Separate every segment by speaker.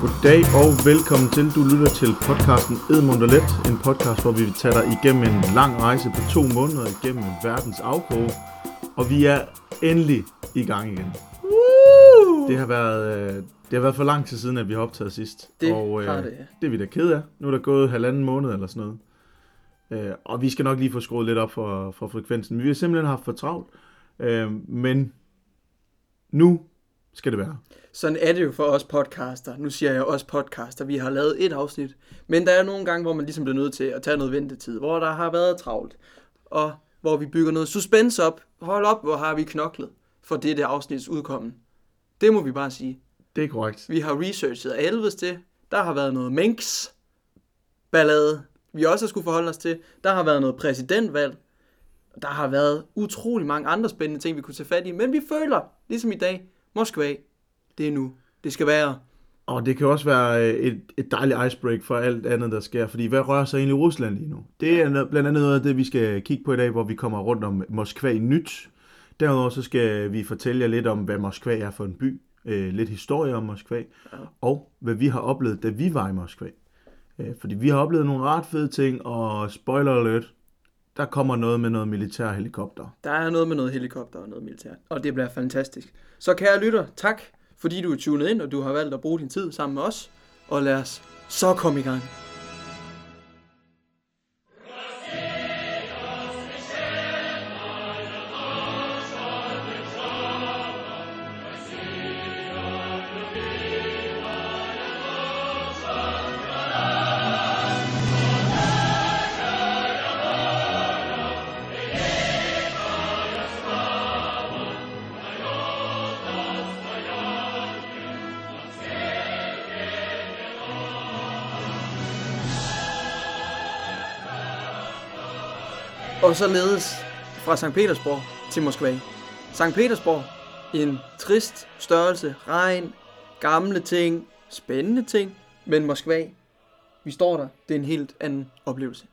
Speaker 1: Goddag og velkommen til. Du lytter til podcasten Edmund og Let, en podcast, hvor vi vil tage dig igennem en lang rejse på to måneder igennem verdens afkroge. Og vi er endelig i gang igen.
Speaker 2: Woo!
Speaker 1: Det har været, øh, det har været for lang tid siden, at vi har optaget sidst.
Speaker 2: Det
Speaker 1: og, øh,
Speaker 2: har det, ja.
Speaker 1: det er vi da ked af. Nu er der gået halvanden måned eller sådan noget. Øh, og vi skal nok lige få skruet lidt op for, for frekvensen. Men vi har simpelthen haft for travlt. Øh, men nu skal det være.
Speaker 2: Sådan er det jo for os podcaster. Nu siger jeg os podcaster. Vi har lavet et afsnit. Men der er nogle gange, hvor man ligesom bliver nødt til at tage noget ventetid. Hvor der har været travlt. Og hvor vi bygger noget suspense op. Hold op, hvor har vi knoklet for dette afsnits udkommen. Det må vi bare sige.
Speaker 1: Det er korrekt.
Speaker 2: Vi har researchet af helvedes til. Der har været noget minks ballade, vi også har skulle forholde os til. Der har været noget præsidentvalg. Der har været utrolig mange andre spændende ting, vi kunne tage fat i. Men vi føler, ligesom i dag, Moskva, det er nu. Det skal være.
Speaker 1: Og det kan også være øh, et, et dejligt icebreak for alt andet, der sker. Fordi hvad rører sig egentlig i Rusland lige nu? Det er noget- blandt andet noget af det, vi skal kigge på i dag, hvor vi kommer rundt om Moskva i nyt. Derudover så skal vi fortælle jer lidt om, hvad Moskva er for en by. Øh, lidt historie om Moskva. Og hvad vi har oplevet, da vi var i Moskva. Øh, fordi vi har oplevet nogle ret fede ting, og spoiler alert, der kommer noget med noget militær helikopter.
Speaker 2: Der er noget med noget helikopter og noget militær. Og det bliver fantastisk. Så kære lytter, tak fordi du er tunet ind, og du har valgt at bruge din tid sammen med os. Og lad os så komme i gang. Og så ledes fra St. Petersborg til Moskva. St. Petersborg, en trist størrelse, regn, gamle ting, spændende ting, men Moskva, vi står der, det er en helt anden oplevelse.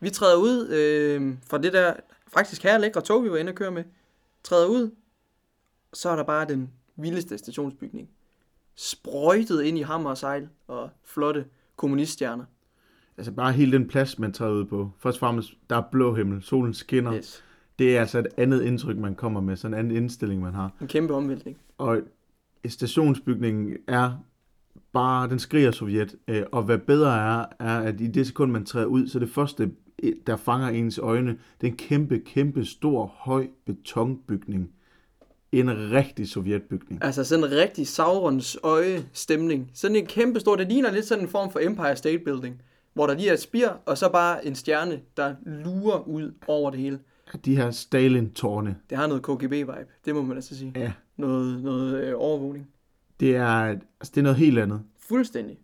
Speaker 2: Vi træder ud øh, fra det der faktisk her lækre tog, vi var inde og køre med, træder ud, så er der bare den vildeste stationsbygning. Sprøjtet ind i hammer og sejl og flotte kommuniststjerner.
Speaker 1: Altså bare hele den plads, man tager ud på. Først og fremmest, der er blå himmel, solen skinner.
Speaker 2: Yes.
Speaker 1: Det er altså et andet indtryk, man kommer med, sådan en anden indstilling, man har.
Speaker 2: En kæmpe omvæltning.
Speaker 1: Og stationsbygningen er bare, den skriger Sovjet. Øh, Og hvad bedre er, er, at i det sekund, man træder ud, så det første, eh, der fanger ens øjne, det er en kæmpe, kæmpe, stor, høj betonbygning. En rigtig sovjetbygning.
Speaker 2: Altså sådan en rigtig Saurons øje stemning. Sådan en kæmpe stor, det ligner lidt sådan en form for Empire State Building, hvor der lige er et spir, og så bare en stjerne, der lurer ud over det hele.
Speaker 1: De her Stalin-tårne,
Speaker 2: Det har noget KGB-vibe, det må man altså sige.
Speaker 1: ja,
Speaker 2: Noget, noget øh, overvågning.
Speaker 1: det er, altså, det er noget helt andet.
Speaker 2: Fuldstændig.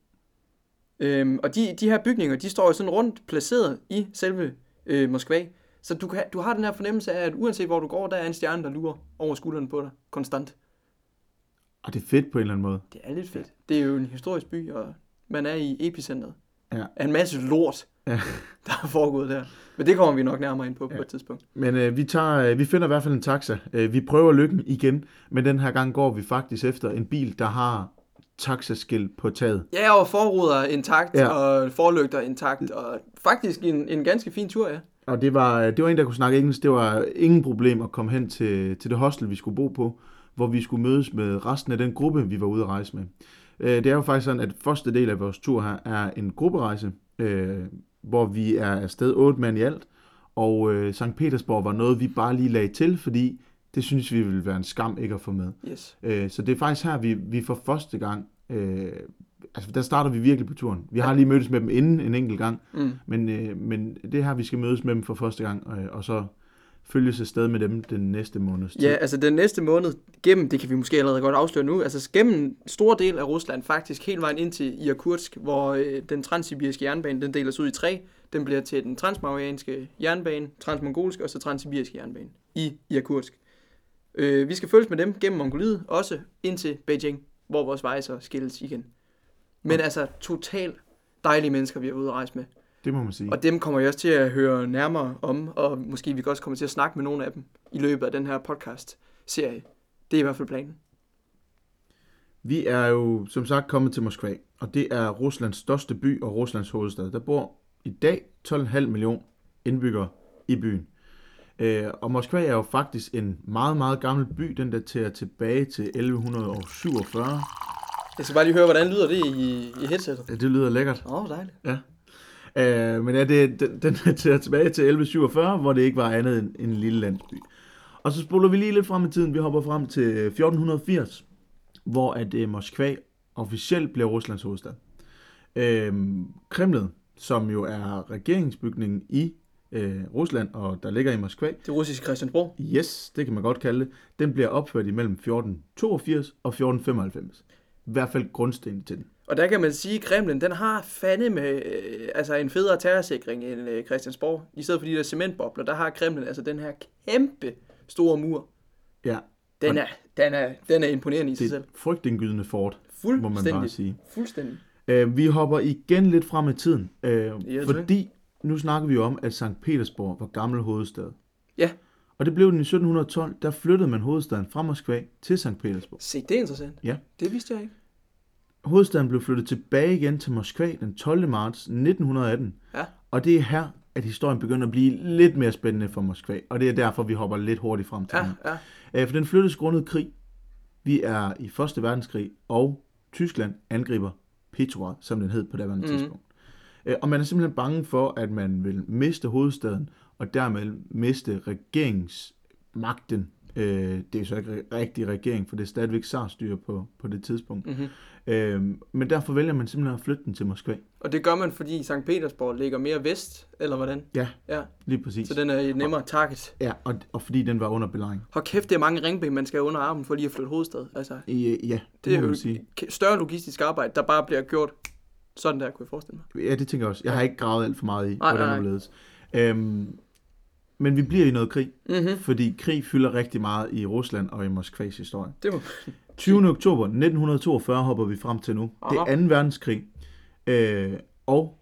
Speaker 2: Øhm, og de, de her bygninger, de står jo sådan rundt placeret i selve øh, Moskva. Så du, kan, du har den her fornemmelse af, at uanset hvor du går, der er en stjerne, der lurer over skulderen på dig. Konstant.
Speaker 1: Og det er fedt på en eller anden måde.
Speaker 2: Det er lidt fedt. Det er jo en historisk by, og man er i epicentret.
Speaker 1: Ja.
Speaker 2: Af en masse lort,
Speaker 1: Ja.
Speaker 2: der er foregået der. Men det kommer vi nok nærmere ind på ja. på et tidspunkt.
Speaker 1: Men øh, vi, tager, øh, vi finder i hvert fald en taxa. Øh, vi prøver lykken igen, men den her gang går vi faktisk efter en bil, der har taxaskilt på taget.
Speaker 2: Ja, og forruder intakt,
Speaker 1: Ja.
Speaker 2: ja. og forlygter intakt, og faktisk en, en ganske fin tur, ja.
Speaker 1: Og det var, øh, det var en, der kunne snakke engelsk. Det var ingen problem at komme hen til, til det hostel, vi skulle bo på, hvor vi skulle mødes med resten af den gruppe, vi var ude at rejse med. Øh, det er jo faktisk sådan, at første del af vores tur her er en grupperejse, øh, hvor vi er afsted otte mand i alt. Og øh, Sankt Petersborg var noget, vi bare lige lagde til, fordi det synes vi ville være en skam ikke at få med.
Speaker 2: Yes.
Speaker 1: Øh, så det er faktisk her, vi, vi for første gang, øh, altså der starter vi virkelig på turen. Vi har lige mødtes med dem inden en enkelt gang,
Speaker 2: Mm.
Speaker 1: men, øh, men det er her, vi skal mødes med dem for første gang, øh, og så følges afsted med dem den næste måneds
Speaker 2: Ja,
Speaker 1: tid.
Speaker 2: altså den næste måned gennem, det kan vi måske allerede godt afsløre nu, altså gennem en stor del af Rusland, faktisk hele vejen ind til Irkutsk, hvor øh, den transsibiriske jernbane, den deles ud i tre. Den bliver til den transmaurianske jernbane, transmongolske og så transsibiriske jernbane i Irkutsk. Øh, vi skal følges med dem gennem Mongoliet, også ind til Beijing, hvor vores veje så skilles igen. Men altså totalt dejlige mennesker, vi er ude at rejse med.
Speaker 1: Det må man sige.
Speaker 2: Og dem kommer jeg også til at høre nærmere om, og måske vi kan også komme til at snakke med nogle af dem i løbet af den her podcast-serie. Det er i hvert fald planen.
Speaker 1: Vi er jo som sagt kommet til Moskva, og det er Ruslands største by og Ruslands hovedstad. Der bor i dag 12,5 millioner indbyggere i byen. Øh, og Moskva er jo faktisk en meget, meget gammel by, den der tager tilbage til 1147.
Speaker 2: Jeg skal bare lige høre, hvordan lyder det i, i headsetet?
Speaker 1: Ja, Det lyder lækkert.
Speaker 2: Åh, oh, dejligt.
Speaker 1: Øh, men ja, det, den, den tager tilbage til 1147, hvor det ikke var andet end en lille landsby. Og så spoler vi lige lidt frem i tiden. Vi hopper frem til 1480, hvor at øh, Moskva officielt bliver Ruslands hovedstad. Øh, Kremlet, som jo er regeringsbygningen i øh, Rusland, og der ligger i Moskva,
Speaker 2: Det russiske Christiansborg.
Speaker 1: Yes, det kan man godt kalde det. Den bliver opført imellem 1482 og 1495. I hvert fald grundstenen til den.
Speaker 2: Og der kan man sige, at Kremlen, den har fandme med, øh, altså en federe terrorsikring end øh, Christiansborg. I stedet for de der cementbobler, der har Kremlen altså den her kæmpe store mur.
Speaker 1: Ja,
Speaker 2: Den er, den er, den er imponerende i sig
Speaker 1: det er
Speaker 2: selv.
Speaker 1: et frygtindgydende fort, må man bare
Speaker 2: Fuldstændig.
Speaker 1: sige.
Speaker 2: Fuldstændig.
Speaker 1: Øh, vi hopper igen lidt frem i tiden, øh,
Speaker 2: Ja, tak.
Speaker 1: fordi nu snakker vi jo om, at Sankt Petersborg var gammel hovedstad.
Speaker 2: Ja,
Speaker 1: Og det blev den i 1712, der flyttede man hovedstaden fra Moskva til Sankt Petersborg.
Speaker 2: se, det er interessant.
Speaker 1: Ja.
Speaker 2: Det vidste jeg ikke.
Speaker 1: Hovedstaden blev flyttet tilbage igen til Moskva den 12. marts 1918.
Speaker 2: Ja.
Speaker 1: Og det er her, at historien begynder at blive lidt mere spændende for Moskva. Og det er derfor, vi hopper lidt hurtigt frem til
Speaker 2: Ja,
Speaker 1: den.
Speaker 2: ja.
Speaker 1: Øh, For den flyttes grundet krig. Vi er i 1. verdenskrig, og Tyskland angriber Petrograd, som den hed på daværende mm. tidspunkt. Øh, Og man er simpelthen bange for, at man vil miste hovedstaden, og dermed miste regeringsmagten. Øh, Det er så ikke ri- rigtig regering, for det er stadigvæk zarstyre på, på det tidspunkt. Mm-hmm. Øh, men derfor vælger man simpelthen at flytte den til Moskva.
Speaker 2: Og det gør man, fordi Sankt Petersborg ligger mere vest, eller hvordan?
Speaker 1: Ja,
Speaker 2: Ja,
Speaker 1: lige præcis.
Speaker 2: så den er et nemmere target.
Speaker 1: Ja, og, og fordi den var under belejring.
Speaker 2: Hold kæft, det er mange ringben, man skal under armen for lige at flytte hovedstad. Altså,
Speaker 1: Øh, Ja, det,
Speaker 2: det
Speaker 1: det
Speaker 2: er
Speaker 1: må
Speaker 2: jo
Speaker 1: man sige.
Speaker 2: et kæ- større logistisk arbejde, der bare bliver gjort sådan der, kunne jeg forestille mig.
Speaker 1: Ja, det tænker jeg også. Jeg har ikke gravet alt for meget i,
Speaker 2: Nej,
Speaker 1: hvordan
Speaker 2: nej,
Speaker 1: det
Speaker 2: nej.
Speaker 1: ledes. Øhm, men vi bliver i noget krig,
Speaker 2: Mhm,
Speaker 1: fordi krig fylder rigtig meget i Rusland og i Moskvas historie.
Speaker 2: det må
Speaker 1: 20. oktober 1942 hopper vi frem til nu. Det
Speaker 2: Aha.
Speaker 1: er 2. verdenskrig. Øh, og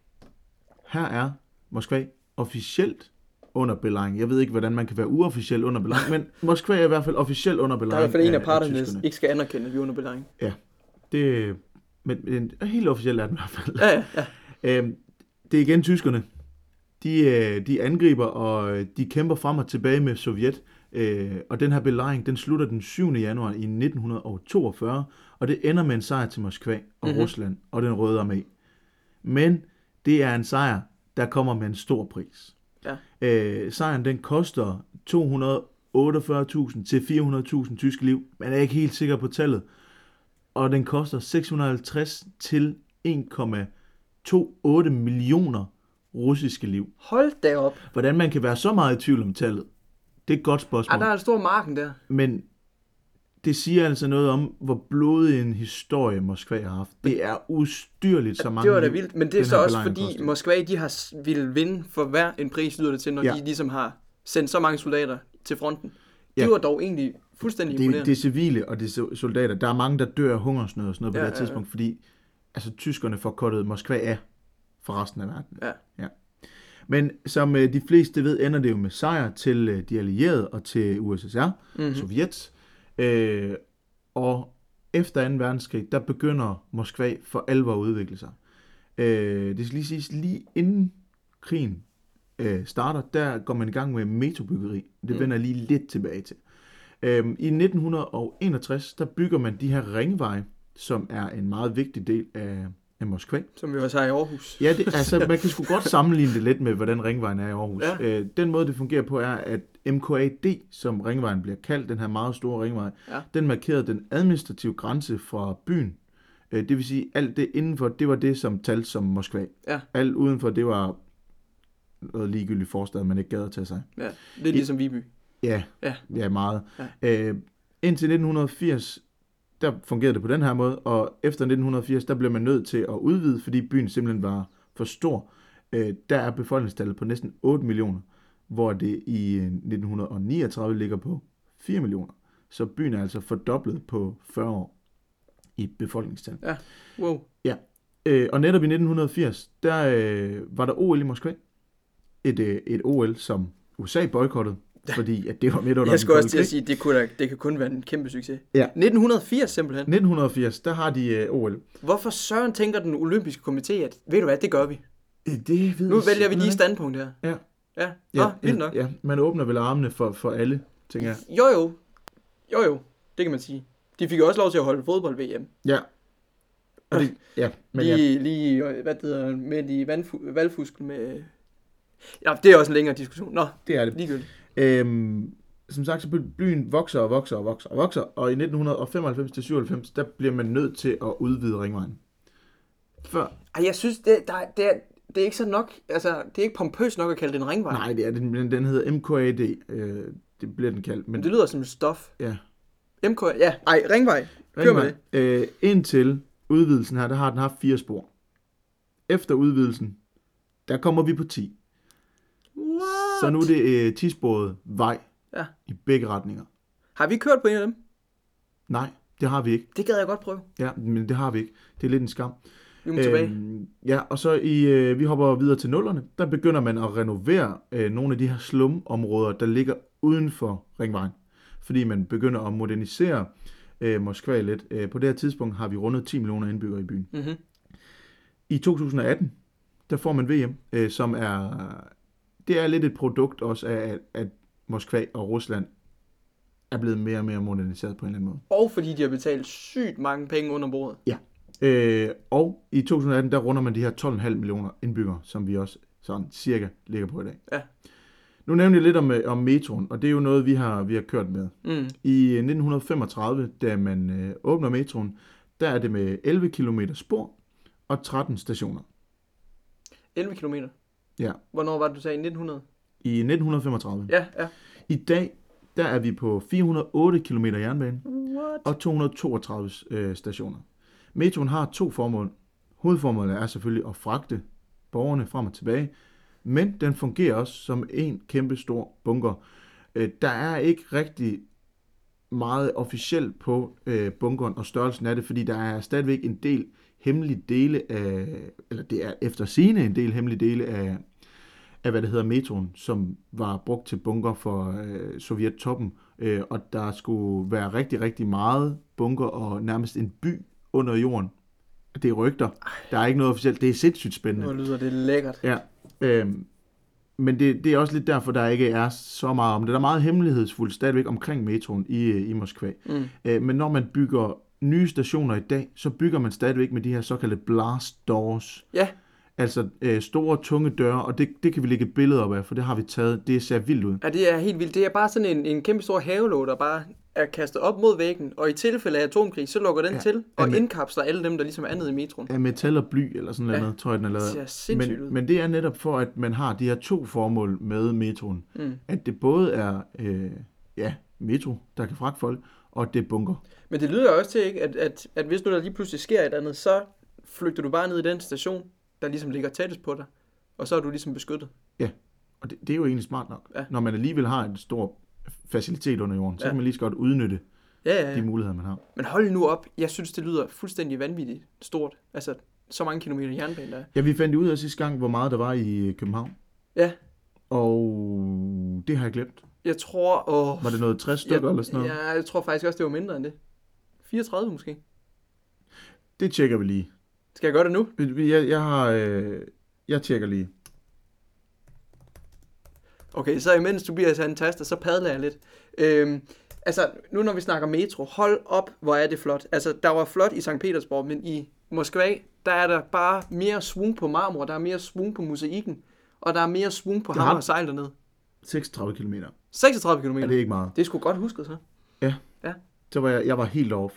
Speaker 1: her er Moskva officielt under belejring. Jeg ved ikke, hvordan man kan være uofficiel under belejring, men Moskva er i hvert fald officielt under
Speaker 2: Der er i hvert
Speaker 1: belejring.
Speaker 2: fald en af
Speaker 1: af
Speaker 2: parterne, der
Speaker 1: tyskerne.
Speaker 2: ikke skal anerkende, at vi er under belejring.
Speaker 1: Det, men, men helt officielt er den i hvert fald.
Speaker 2: Ja, ja, ja.
Speaker 1: Øhm, det er igen tyskerne. De, øh, de angriber, og øh, de kæmper frem og tilbage med Sovjet. Øh, og den her belejring, den slutter den 7. januar i 1942, og det ender med en sejr til Moskva og
Speaker 2: Mhm.
Speaker 1: mm-hmm. Rusland og den røde armé. Men det er en sejr, der kommer med en stor pris.
Speaker 2: Ja.
Speaker 1: Øh, sejren, den koster 248.000 til 400.000 tyske liv. Man er ikke helt sikker på tallet. Og den koster 650 til 1,5 2,8 millioner russiske liv.
Speaker 2: Hold da op.
Speaker 1: Hvordan man kan være så meget i tvivl om tallet, det er et godt
Speaker 2: Ah,
Speaker 1: spørgsmål.
Speaker 2: der er en stor marken der.
Speaker 1: Men det siger altså noget om, hvor blodig en historie Moskva har haft. Det er ustyrligt så mange
Speaker 2: Det var da
Speaker 1: liv,
Speaker 2: vildt, men det er
Speaker 1: den
Speaker 2: så
Speaker 1: her
Speaker 2: også
Speaker 1: belejring
Speaker 2: fordi
Speaker 1: kostede.
Speaker 2: Moskva, de har s- ville vinde for hver en pris, lyder det til, når
Speaker 1: Ja.
Speaker 2: de ligesom har sendt så mange soldater til fronten. Det
Speaker 1: Ja.
Speaker 2: var dog egentlig fuldstændig
Speaker 1: det, er-
Speaker 2: imponerende.
Speaker 1: det er civile og det er so- soldater. Der er mange, der dør af hungersnød og sådan noget på
Speaker 2: Ja,
Speaker 1: det her
Speaker 2: ja, ja.
Speaker 1: tidspunkt, fordi altså, tyskerne får kottet Moskva af fra resten af verden.
Speaker 2: Ja.
Speaker 1: ja. Men som øh, de fleste ved, ender det jo med sejr til øh, de allierede og til USSR,
Speaker 2: Mhm.
Speaker 1: mm-hmm. Sovjet. Øh, og efter 2. verdenskrig, der begynder Moskva for alvor at udvikle sig. Øh, det skal lige siges, lige inden krigen øh, starter, der går man i gang med metrobyggeri.
Speaker 2: Mhm.
Speaker 1: Det vender jeg lige lidt tilbage til. Øhm, I 1961, der bygger man de her ringveje, som er en meget vigtig del af, af Moskva.
Speaker 2: Som vi også har i Aarhus.
Speaker 1: Ja, det, altså, man kan sgu godt sammenligne det lidt med, hvordan ringvejen er i Aarhus.
Speaker 2: Ja.
Speaker 1: Øh, den måde, det fungerer på, er, at MKAD, som ringvejen bliver kaldt, den her meget store ringvej,
Speaker 2: Ja.
Speaker 1: den markerede den administrative grænse fra byen. Øh, det vil sige, alt det indenfor, det var det, som talte som Moskva.
Speaker 2: Ja.
Speaker 1: Alt udenfor, det var noget ligegyldigt forstad, man ikke gad at tage sig.
Speaker 2: Ja, lidt ligesom Viby.
Speaker 1: Ja,
Speaker 2: Ja.
Speaker 1: ja. ja meget.
Speaker 2: Ja.
Speaker 1: Øh, indtil 1980, der fungerede det på den her måde, og efter 1980, der blev man nødt til at udvide, fordi byen simpelthen var for stor. Øh, der er befolkningstallet på næsten 8 millioner, hvor det i øh, 1939 ligger på 4 millioner. Så byen er altså fordoblet på 40 år i befolkningstal.
Speaker 2: Wow.
Speaker 1: Øh, og netop i 1980, der øh, var der OL i Moskva. Et, øh, et OL, som USA boykottede. fordi at det var midt under
Speaker 2: Jeg
Speaker 1: den
Speaker 2: skulle også
Speaker 1: kolde
Speaker 2: til at
Speaker 1: krig.
Speaker 2: sige, det, kunne da, det kan kun være en kæmpe succes.
Speaker 1: Ja.
Speaker 2: 1980 simpelthen.
Speaker 1: 1980, der har de øh, OL.
Speaker 2: Hvorfor søren tænker den olympiske komité, at ved du hvad, det gør vi.
Speaker 1: Øh, Det ved
Speaker 2: Nu
Speaker 1: jeg
Speaker 2: vælger vi lige
Speaker 1: simpelthen
Speaker 2: standpunkt her.
Speaker 1: Ja.
Speaker 2: Ja,
Speaker 1: ikke.
Speaker 2: Nå, vildt nok.
Speaker 1: Ja, man åbner vel armene for, for alle, tænker jeg.
Speaker 2: Jo jo, jo jo, det kan man sige. De fik jo også lov til at holde fodbold-VM.
Speaker 1: Ja. Og det, ja, men ja.
Speaker 2: Lige, lige øh, hvad det hedder, midt i vandfu- valgfuskel med... Ja, det er også en længere diskussion. Nå,
Speaker 1: det er det.
Speaker 2: ligegyldigt.
Speaker 1: Øhm, som sagt, så by- byen vokser og vokser og vokser og vokser, og i 1995-97, der bliver man nødt til at udvide ringvejen. Før,
Speaker 2: Ej, jeg synes, det, der, det, er, det er ikke så nok... Altså, det er ikke pompøst nok at kalde det en ringvej.
Speaker 1: nej, det er den, men den hedder MKAD, øh, det bliver den kaldt, men
Speaker 2: Men det lyder som stof.
Speaker 1: ja.
Speaker 2: MK... Ja, ej, ringvej. Kør med det.
Speaker 1: Øh, indtil udvidelsen her, der har den haft fire spor. Efter udvidelsen, der kommer vi på 10.
Speaker 2: What?
Speaker 1: Så nu er det øh, 10-sporet vej
Speaker 2: Ja.
Speaker 1: i begge retninger.
Speaker 2: Har vi kørt på en af dem?
Speaker 1: Nej, det har vi ikke.
Speaker 2: Det gad jeg godt prøve.
Speaker 1: Ja, men det har vi ikke. Det er lidt en skam.
Speaker 2: Vi må tilbage.
Speaker 1: Øhm, ja, og så i, øh, vi hopper videre til nullerne. Der begynder man at renovere øh, nogle af de her slumområder, der ligger uden for ringvejen. Fordi man begynder at modernisere øh, Moskva lidt. Øh, på det her tidspunkt har vi rundet 10 millioner indbyggere i byen.
Speaker 2: Mhm.
Speaker 1: I 2018, der får man VM, øh, som er... Det er lidt et produkt også af, at, at Moskva og Rusland er blevet mere og mere moderniseret på en eller anden måde.
Speaker 2: Og fordi de har betalt sygt mange penge under bordet.
Speaker 1: Øh, og i 2018, der runder man de her 12,5 millioner indbyggere, som vi også sådan cirka ligger på i dag.
Speaker 2: Ja.
Speaker 1: Nu nævnte jeg lidt om, øh, om metroen, og det er jo noget, vi har, vi har kørt med.
Speaker 2: Mm.
Speaker 1: I øh, 1935, da man øh, åbner metroen, der er det med 11 km spor og 13 stationer.
Speaker 2: 11 kilometer.
Speaker 1: Ja.
Speaker 2: Hvornår var det, du sagde? 1900?
Speaker 1: I 1935.
Speaker 2: Ja, ja.
Speaker 1: I dag, der er vi på 408 km jernbane
Speaker 2: What?
Speaker 1: og 232 øh, stationer. Metroen har to formål. Hovedformålet er selvfølgelig at fragte borgerne frem og tilbage, men den fungerer også som en kæmpe stor bunker. Øh, der er ikke rigtig meget officielt på øh, bunkeren og størrelsen af det, fordi der er stadigvæk en del hemmelige dele af, eller det er efter sine en del hemmelige dele af, af, hvad det hedder, metroen, som var brugt til bunker for øh, Sovjettoppen, øh, og der skulle være rigtig, rigtig meget bunker og nærmest en by under jorden. Det er rygter. Der er ikke noget officielt. Det er sindssygt spændende.
Speaker 2: Nu lyder det lækkert.
Speaker 1: Ja, øhm, men det, det er også lidt derfor, der ikke er så meget om det. Der er meget hemmelighedsfuldt stadigvæk omkring metroen i, øh, i Moskva.
Speaker 2: Mm.
Speaker 1: Øh, men når man bygger nye stationer i dag, så bygger man stadigvæk med de her såkaldte blast doors.
Speaker 2: Ja,
Speaker 1: Altså øh, store, tunge døre, og det, det kan vi lægge et billede op af, for det har vi taget. Det ser vildt ud.
Speaker 2: ja, det er helt vildt. Det er bare sådan en, en kæmpe stor havelåg, der bare er kastet op mod væggen, og i tilfælde af atomkrig, så lukker den ja, til og
Speaker 1: Jamen-
Speaker 2: indkapsler alle dem, der ligesom er andet i metroen.
Speaker 1: Af metal og bly, eller sådan
Speaker 2: Ja,
Speaker 1: noget, tror jeg, den er lavet
Speaker 2: Det
Speaker 1: af.
Speaker 2: ser sindssygt ud.
Speaker 1: Men, men det er netop for, at man har de her to formål med metroen.
Speaker 2: Mm.
Speaker 1: At det både er øh, ja, metro, der kan fragte folk, og det er bunker.
Speaker 2: Men det lyder jo også til, ikke, at, at, at hvis nu der lige pludselig sker et eller andet, så flygter du bare ned i den station, der ligesom ligger tættest på dig, og så er du ligesom beskyttet.
Speaker 1: Og det, det er jo egentlig smart nok.
Speaker 2: Ja.
Speaker 1: Ja. Når man alligevel har en stor facilitet under jorden, så
Speaker 2: Ja.
Speaker 1: ja. kan man lige så godt udnytte
Speaker 2: Ja, ja,
Speaker 1: ja. de
Speaker 2: ja.
Speaker 1: muligheder, man har.
Speaker 2: Men hold nu op, jeg synes, det lyder fuldstændig vanvittigt stort. Altså, så mange kilometer jernbane der er.
Speaker 1: Ja, vi fandt ud af sidste gang, hvor meget der var i øh, København.
Speaker 2: Ja.
Speaker 1: Og det har jeg glemt.
Speaker 2: Jeg tror, åh...
Speaker 1: Var det noget 60 stykker ja. eller sådan noget? Ja.
Speaker 2: Ja, jeg tror faktisk også, det var mindre end det. 34 måske.
Speaker 1: Det tjekker vi lige.
Speaker 2: Skal jeg gøre det nu?
Speaker 1: Jeg, jeg har... Øh, jeg tjekker lige.
Speaker 2: Okay, så imens Tobias han taster, så padler jeg lidt. Øhm, altså, nu når vi snakker metro, hold op, hvor er det flot. Altså, der var flot i St. Petersborg, men i Moskva, der er der bare mere svung på marmor, der er mere svung på mosaikken, og der er mere svung på
Speaker 1: Det har
Speaker 2: hammer
Speaker 1: du.
Speaker 2: og sejl dernede.
Speaker 1: 36 km. Ja,
Speaker 2: 36 km.
Speaker 1: det
Speaker 2: Det...
Speaker 1: er ikke meget.
Speaker 2: det skulle godt husket så.
Speaker 1: Så var jeg, jeg var helt off.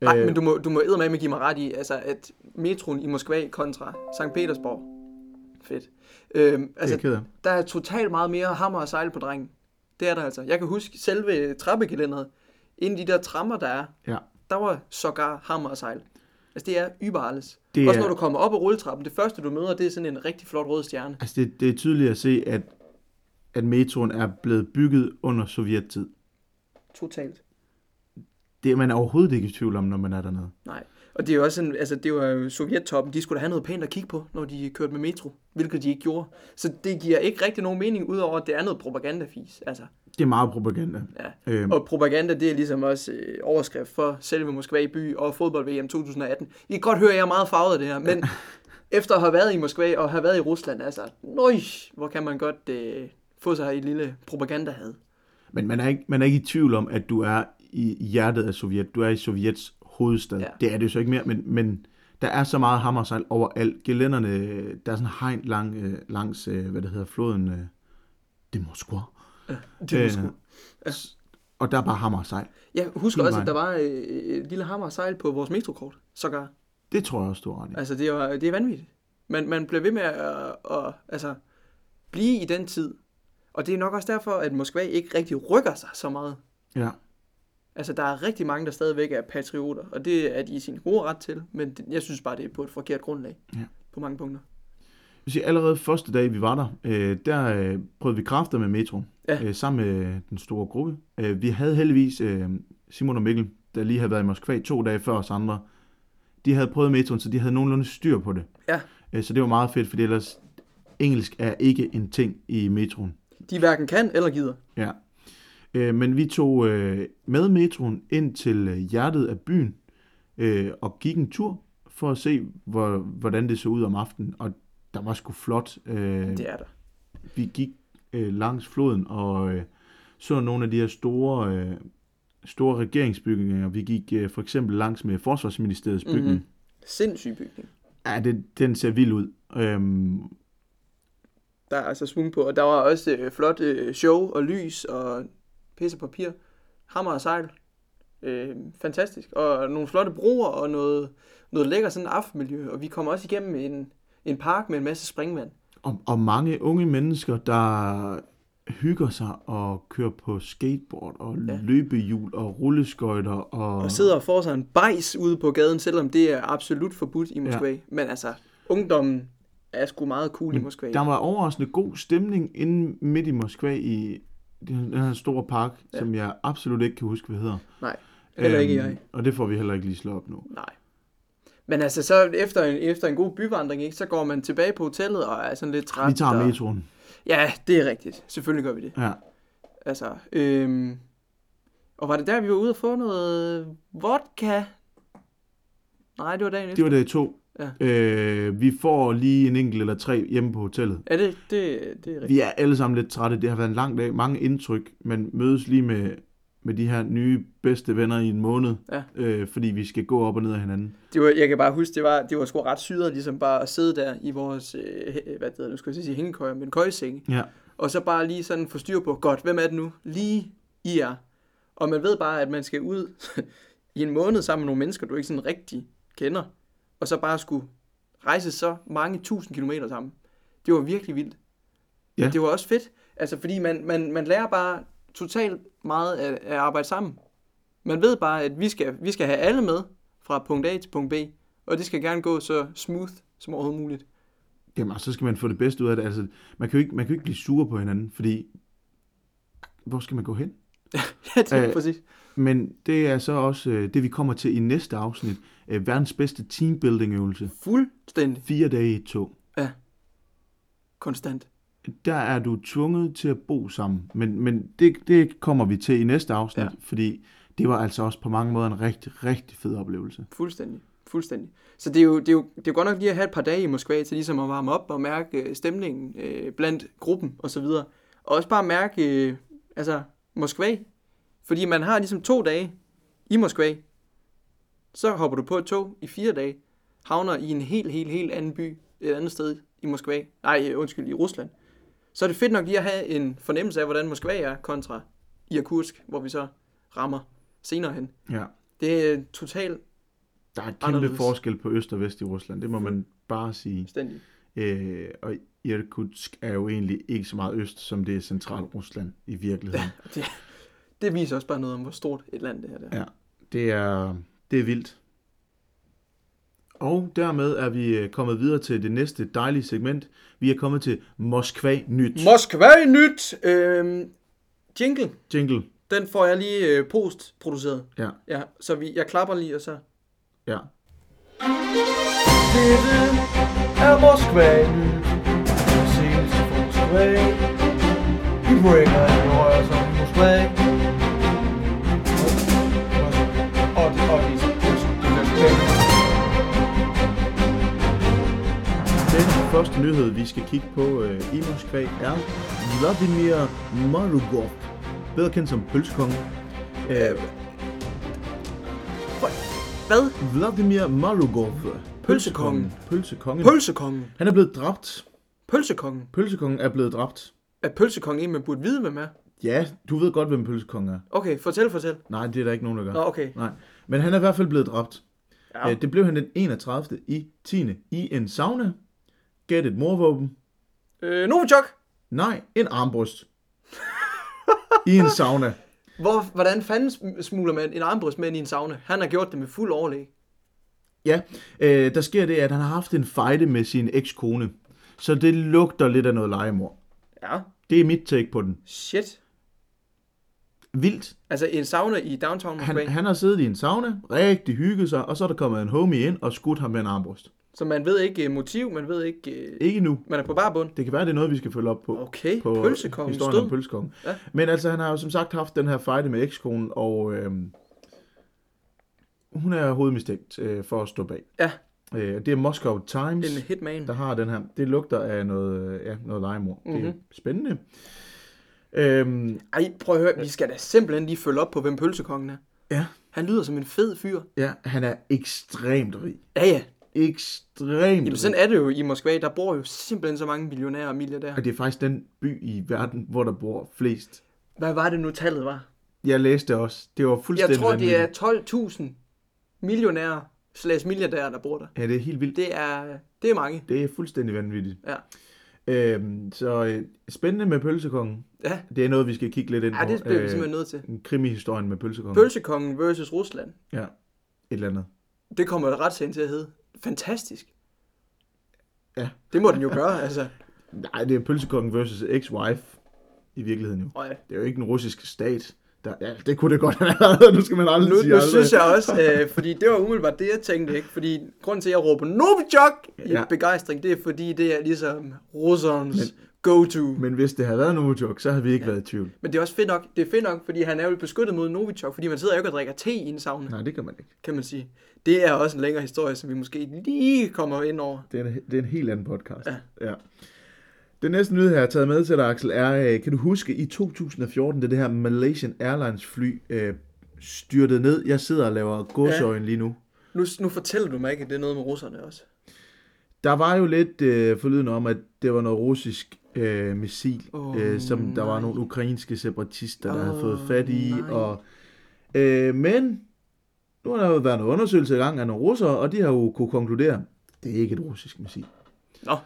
Speaker 2: Nej,
Speaker 1: Øh.
Speaker 2: men du må, du må eddermame give mig ret i, altså, at metroen i Moskva kontra St. Petersborg. Fedt. Øhm,
Speaker 1: altså,
Speaker 2: altså,
Speaker 1: det er jeg ked af.
Speaker 2: Der er totalt meget mere hammer og sejl på drengen. Det er der altså. Jeg kan huske selve trappegelænderet. Inden de der trammer, der er,
Speaker 1: Ja.
Speaker 2: der var sågar hammer og sejl. Altså det er yberalles.
Speaker 1: Det
Speaker 2: Også
Speaker 1: er-
Speaker 2: når du kommer op ad rulletrappen, det første du møder, det er sådan en rigtig flot rød stjerne.
Speaker 1: Altså, det, det er tydeligt at se, at, at metroen er blevet bygget under sovjettid.
Speaker 2: Totalt.
Speaker 1: Det er man overhovedet ikke i tvivl om, når man er dernede.
Speaker 2: Nej. Og det er jo også sådan, altså det var jo Sovjettoppen, de skulle da have noget pænt at kigge på, når de kørte med metro, hvilket de ikke gjorde. Så det giver ikke rigtig nogen mening, udover at det er noget propagandafis. Altså,
Speaker 1: Det er meget propaganda.
Speaker 2: ja.
Speaker 1: Øhm,
Speaker 2: Og propaganda, det er ligesom også øh, overskrift for selve Moskva i by og fodbold-VM 2018. I kan godt høre, at jeg er meget farvet af det her, men efter at have været i Moskva og have været i Rusland, altså, nøj, hvor kan man godt øh, få sig et lille propagandahad.
Speaker 1: men man er, ikke, man er ikke i tvivl om, at du er i hjertet af Sovjet. Du er i Sovjets hovedstad.
Speaker 2: Ja.
Speaker 1: Ja. Det er det jo så ikke mere, men, men der er så meget hammersejl overalt. Gelænderne, øh, der er sådan en hegn lang, øh, langs, øh, hvad det hedder, floden. Øh, det er Moskva.
Speaker 2: Det er sgu-
Speaker 1: ja. Og der er bare hammersejl.
Speaker 2: Jeg husker også,
Speaker 1: vejen.
Speaker 2: at der var øh, et lille hammer og sejl på vores metrokort, sågar.
Speaker 1: Det tror jeg også, du har ret i.
Speaker 2: Altså, det er, det er vanvittigt. Man, man bliver ved med at, at altså, blive i den tid. Og det er nok også derfor, at Moskva ikke rigtig rykker sig så meget.
Speaker 1: Ja.
Speaker 2: Altså, der er rigtig mange, der stadigvæk er patrioter, og det er de i sin gode ret til, men det- jeg synes bare, det er på et forkert grundlag
Speaker 1: Ja.
Speaker 2: på mange punkter.
Speaker 1: Jeg vil sige, allerede første dag, vi var der, øh, der øh, prøvede vi kræfter med Metro,
Speaker 2: Ja.
Speaker 1: ja. øh, sammen med den store gruppe. Øh, vi havde heldigvis øh, Simon og Mikkel, der lige havde været i Moskva to dage før os andre. De havde prøvet metroen, så de havde nogenlunde styr på det.
Speaker 2: Ja.
Speaker 1: Øh, så det var meget fedt, fordi ellers engelsk er ikke en ting i metroen.
Speaker 2: De hverken kan eller gider.
Speaker 1: Ja. Øh, men vi tog øh, med metroen ind til øh, hjertet af byen øh, og gik en tur for at se, hvor, hvordan det så ud om aftenen. Og der var sgu flot. Øh,
Speaker 2: Det er der.
Speaker 1: vi gik øh, langs floden og øh, så nogle af de her store, øh, store regeringsbygninger. Vi gik øh, for eksempel langs med Forsvarsministeriets bygning.
Speaker 2: Mhm.
Speaker 1: Mm-hmm.
Speaker 2: Sindssyg bygning.
Speaker 1: Ja, den, den ser vild ud. Øhm,
Speaker 2: Der er altså svung på, og der var også øh, flot øh, show og lys og pisse papir, hammer og sejl. Øh, fantastisk. Og nogle flotte broer og noget, noget lækker sådan aftenmiljø. Og vi kommer også igennem en, en park med en masse springvand.
Speaker 1: og, og mange unge mennesker, der hygger sig og kører på skateboard og
Speaker 2: Ja.
Speaker 1: ja. løbehjul og rulleskøjter. Og,
Speaker 2: Og sidder og får sig en bajs ude på gaden, selvom det er absolut forbudt i Moskva. Ja. Men altså, ungdommen er sgu meget cool i Moskva.
Speaker 1: Der var overraskende god stemning inde midt i Moskva i den den her store park, ja.
Speaker 2: Ja.
Speaker 1: som jeg absolut ikke kan huske, hvad hedder.
Speaker 2: Nej, heller ikke
Speaker 1: Øhm,
Speaker 2: jeg.
Speaker 1: Og det får vi heller ikke lige slået op nu.
Speaker 2: Nej. Men altså, så efter en, efter en god byvandring, ikke, så går man tilbage på hotellet og er sådan lidt træt.
Speaker 1: Vi tager
Speaker 2: og...
Speaker 1: metroen.
Speaker 2: Ja, det er rigtigt. Selvfølgelig gør vi det.
Speaker 1: Ja.
Speaker 2: Altså, øhm... Og var det der, vi var ude og få noget vodka? Nej, det var dagen
Speaker 1: Det
Speaker 2: efter.
Speaker 1: var dag to.
Speaker 2: Ja.
Speaker 1: Øh, vi får lige en enkelt eller tre hjemme på hotellet.
Speaker 2: Ja, det, det, det er rigtigt.
Speaker 1: Vi er alle sammen lidt trætte. Det har været en lang dag. Mange indtryk. Man mødes lige med, med de her nye bedste venner i en måned.
Speaker 2: Ja.
Speaker 1: Øh, fordi vi skal gå op og ned af hinanden.
Speaker 2: Det var, jeg kan bare huske, det var, det var sgu ret syret, ligesom bare at sidde der i vores, øh, hæ- hvad det hedder, nu skulle jeg til at sige hængekøjer, men køjesenge.
Speaker 1: Ja.
Speaker 2: Og så bare lige sådan få styr på, godt, hvem er det nu? Lige i er. Og man ved bare, at man skal ud i en måned sammen med nogle mennesker, du ikke sådan rigtig kender. Og så bare skulle rejse så mange tusind kilometer sammen. Det var virkelig vildt.
Speaker 1: Ja.
Speaker 2: Men Det var også fedt. Altså, fordi man, man, man lærer bare totalt meget at, at arbejde sammen. Man ved bare, at vi skal, vi skal have alle med fra punkt A til punkt B. Og det skal gerne gå så smooth som overhovedet muligt.
Speaker 1: Jamen, og så skal man få det bedste ud af det. Altså, man kan jo ikke, man kan jo ikke blive sur på hinanden, fordi... Hvor skal man gå hen?
Speaker 2: Ja, det er
Speaker 1: Øh,
Speaker 2: præcis.
Speaker 1: Men det er så også øh, det, vi kommer til i næste afsnit. Øh, verdens bedste teambuilding-øvelse.
Speaker 2: Fuldstændig.
Speaker 1: Fire dage i et tog.
Speaker 2: konstant.
Speaker 1: der er du tvunget til at bo sammen. Men, men det, det kommer vi til i næste afsnit,
Speaker 2: Ja.
Speaker 1: ja. fordi det var altså også på mange måder en rigtig, rigtig fed oplevelse.
Speaker 2: Fuldstændig. Fuldstændig. Så det er, jo, det, er jo, det er jo godt nok lige at have et par dage i Moskva til ligesom at varme op og mærke øh, stemningen øh, blandt gruppen og så videre. Og også bare mærke øh, altså Moskva. Fordi man har ligesom to dage i Moskva. Så hopper du på et tog i fire dage. Havner i en helt, helt, helt anden by et andet sted i Moskva. Nej, øh, undskyld, i Rusland. Så er det fedt nok lige at have en fornemmelse af, hvordan Moskva er kontra Irkutsk, hvor vi så rammer senere hen.
Speaker 1: Ja.
Speaker 2: Det er totalt
Speaker 1: Der er kæmpe Anderledes.
Speaker 2: Anderledes.
Speaker 1: forskel på øst og vest i Rusland, det må man bare sige.
Speaker 2: stændig.
Speaker 1: Øh, og Irkutsk er jo egentlig ikke så meget øst, som det er central Rusland i virkeligheden.
Speaker 2: Det, det viser også bare noget om, hvor stort et land det her er.
Speaker 1: Ja. Det er, det er vildt. Og dermed er vi øh, kommet videre til det næste dejlige segment. Vi er kommet til Moskva Nyt.
Speaker 2: Moskva nyt! Øhm, jingle,
Speaker 1: Jingle.
Speaker 2: den får jeg lige øh, postproduceret.
Speaker 1: Ja,
Speaker 2: Ja, så vi, jeg klapper lige, og så...
Speaker 1: ja.
Speaker 2: Dette er Moskva nyt. Senest fra Moskva. Vi bringer en rør som Moskva. Og det og det
Speaker 1: Den første nyhed, vi skal kigge på øh, i Moskva, er Vladimir Marugov, bedre kendt som Pølsekongen. Øh,
Speaker 2: Hvad?
Speaker 1: Vladimir Marugov.
Speaker 2: Pølsekongen.
Speaker 1: Pølsekongen.
Speaker 2: Pølsekongen.
Speaker 1: Han er blevet dræbt.
Speaker 2: Pølsekongen.
Speaker 1: Pølsekongen er blevet dræbt.
Speaker 2: Er pølsekongen en, man burde vide, hvem er?
Speaker 1: Ja, du ved godt, hvem Pølsekongen er.
Speaker 2: Okay, fortæl, fortæl.
Speaker 1: Nej, det er der ikke nogen, der gør.
Speaker 2: Nå, okay.
Speaker 1: Nej. Men han er i hvert fald blevet dræbt.
Speaker 2: Ja.
Speaker 1: Ja. Det blev han den 31. i 10. i en sauna. Gæt et morvåben.
Speaker 2: Øh, Novichok.
Speaker 1: Nej, en armbryst. I en sauna.
Speaker 2: Hvor, hvordan fanden sm- smugler man en armbryst med ind i en sauna? Han har gjort det med fuld overlæg.
Speaker 1: Ja, øh, der sker det, at han har haft en fejde med sin ekskone. Så det lugter lidt af noget legemord.
Speaker 2: Ja.
Speaker 1: Det er mit take på den.
Speaker 2: Shit.
Speaker 1: Vildt.
Speaker 2: Altså en sauna i downtown Moskva,
Speaker 1: Han, han har siddet i en sauna, rigtig hygget sig, og så er der kommet en homie ind og skudt ham med en armbryst.
Speaker 2: så man ved ikke øh, motiv, man ved ikke... øh,
Speaker 1: Ikke nu.
Speaker 2: Man er på bare bund.
Speaker 1: Det kan være, det er noget, vi skal følge op på.
Speaker 2: Okay,
Speaker 1: på øh,
Speaker 2: pølsekongen
Speaker 1: historien
Speaker 2: stod.
Speaker 1: om pølsekongen.
Speaker 2: Ja.
Speaker 1: Ja. Men altså, han har jo som sagt haft den her fejde med ekskonen, og øhm, hun er hovedmistænkt øh, for at stå bag.
Speaker 2: Ja.
Speaker 1: Øh, det er Moscow Times,
Speaker 2: En hitman.
Speaker 1: der har den her. Det lugter af noget, øh, ja, noget legemord. Mm-hmm. Det er
Speaker 2: Mhm.
Speaker 1: spændende. Øhm,
Speaker 2: Ej, prøv at høre, vi skal da simpelthen lige følge op på, hvem pølsekongen er.
Speaker 1: ja,
Speaker 2: Han lyder som en fed fyr.
Speaker 1: ja, han er ekstremt rig.
Speaker 2: Ja, ja.
Speaker 1: Ekstremt
Speaker 2: Jamen,
Speaker 1: rig.
Speaker 2: sådan er det jo i Moskva. Der bor jo simpelthen så mange millionærer og milliardærer.
Speaker 1: Og det er faktisk den by i verden, hvor der bor flest.
Speaker 2: Hvad var det nu, tallet var?
Speaker 1: Jeg læste også. Det var fuldstændig
Speaker 2: Jeg tror, det
Speaker 1: vanvittigt.
Speaker 2: er 12.000 millionærer slash milliardærer, der bor der.
Speaker 1: Ja, det er helt vildt.
Speaker 2: Det er, det er mange.
Speaker 1: Det er fuldstændig vanvittigt.
Speaker 2: Ja.
Speaker 1: Øhm, så øh, spændende med Pølsekongen.
Speaker 2: Ja,
Speaker 1: Det er noget, vi skal kigge lidt ind
Speaker 2: ja det
Speaker 1: på. Øh,
Speaker 2: bliver vi simpelthen nødt til.
Speaker 1: en krimihistorien med Pølsekongen.
Speaker 2: Pølsekongen versus Rusland.
Speaker 1: ja, et eller andet.
Speaker 2: Det kommer et retssagen til at hedde. Fantastisk.
Speaker 1: Ja.
Speaker 2: Det må den jo gøre, altså.
Speaker 1: Nej, det er Pølsekongen versus ex-wife i virkeligheden jo.
Speaker 2: Og ja,
Speaker 1: Det er jo ikke en russisk stat. Der, ja, det kunne det godt have været. Nu skal man aldrig
Speaker 2: nu,
Speaker 1: sige
Speaker 2: nu
Speaker 1: aldrig.
Speaker 2: synes jeg også, øh, fordi det var umiddelbart det, jeg tænkte, ikke? Fordi grunden til, at jeg råber Novichok i ja.
Speaker 1: Ja.
Speaker 2: begejstring, det er fordi, det er ligesom russernes go-to. Men,
Speaker 1: Men hvis det havde været Novichok, så havde vi ikke ja. været i tvivl.
Speaker 2: Men det er også fedt nok, det er fedt nok, fordi han er jo beskyttet mod Novichok, fordi man sidder jo ikke og drikker te i en sauna,
Speaker 1: Nej, det kan man ikke.
Speaker 2: kan man sige. Det er også en længere historie, som vi måske lige kommer ind over.
Speaker 1: Det er en, det er en helt anden podcast.
Speaker 2: Ja.
Speaker 1: ja. Det næste nyhed, jeg har taget med til dig, Axel, er, øh, kan du huske, i 2014, da det her Malaysian Airlines fly øh, styrtede ned. Jeg sidder og laver godsøjen lige nu.
Speaker 2: Nu, nu fortæller du mig ikke, at det er noget med russerne også.
Speaker 1: Der var jo lidt øh, forlyden om, at det var noget russisk øh, missil,
Speaker 2: Åh,
Speaker 1: oh, øh, som der
Speaker 2: nej.
Speaker 1: var nogle ukrainske separatister, der oh, havde
Speaker 2: Åh,
Speaker 1: fået fat i.
Speaker 2: nej.
Speaker 1: Og, øh, men nu har der jo været en undersøgelse i gang af nogle russere, og de har jo kunne konkludere, det er ikke et russisk missil.
Speaker 2: Nå.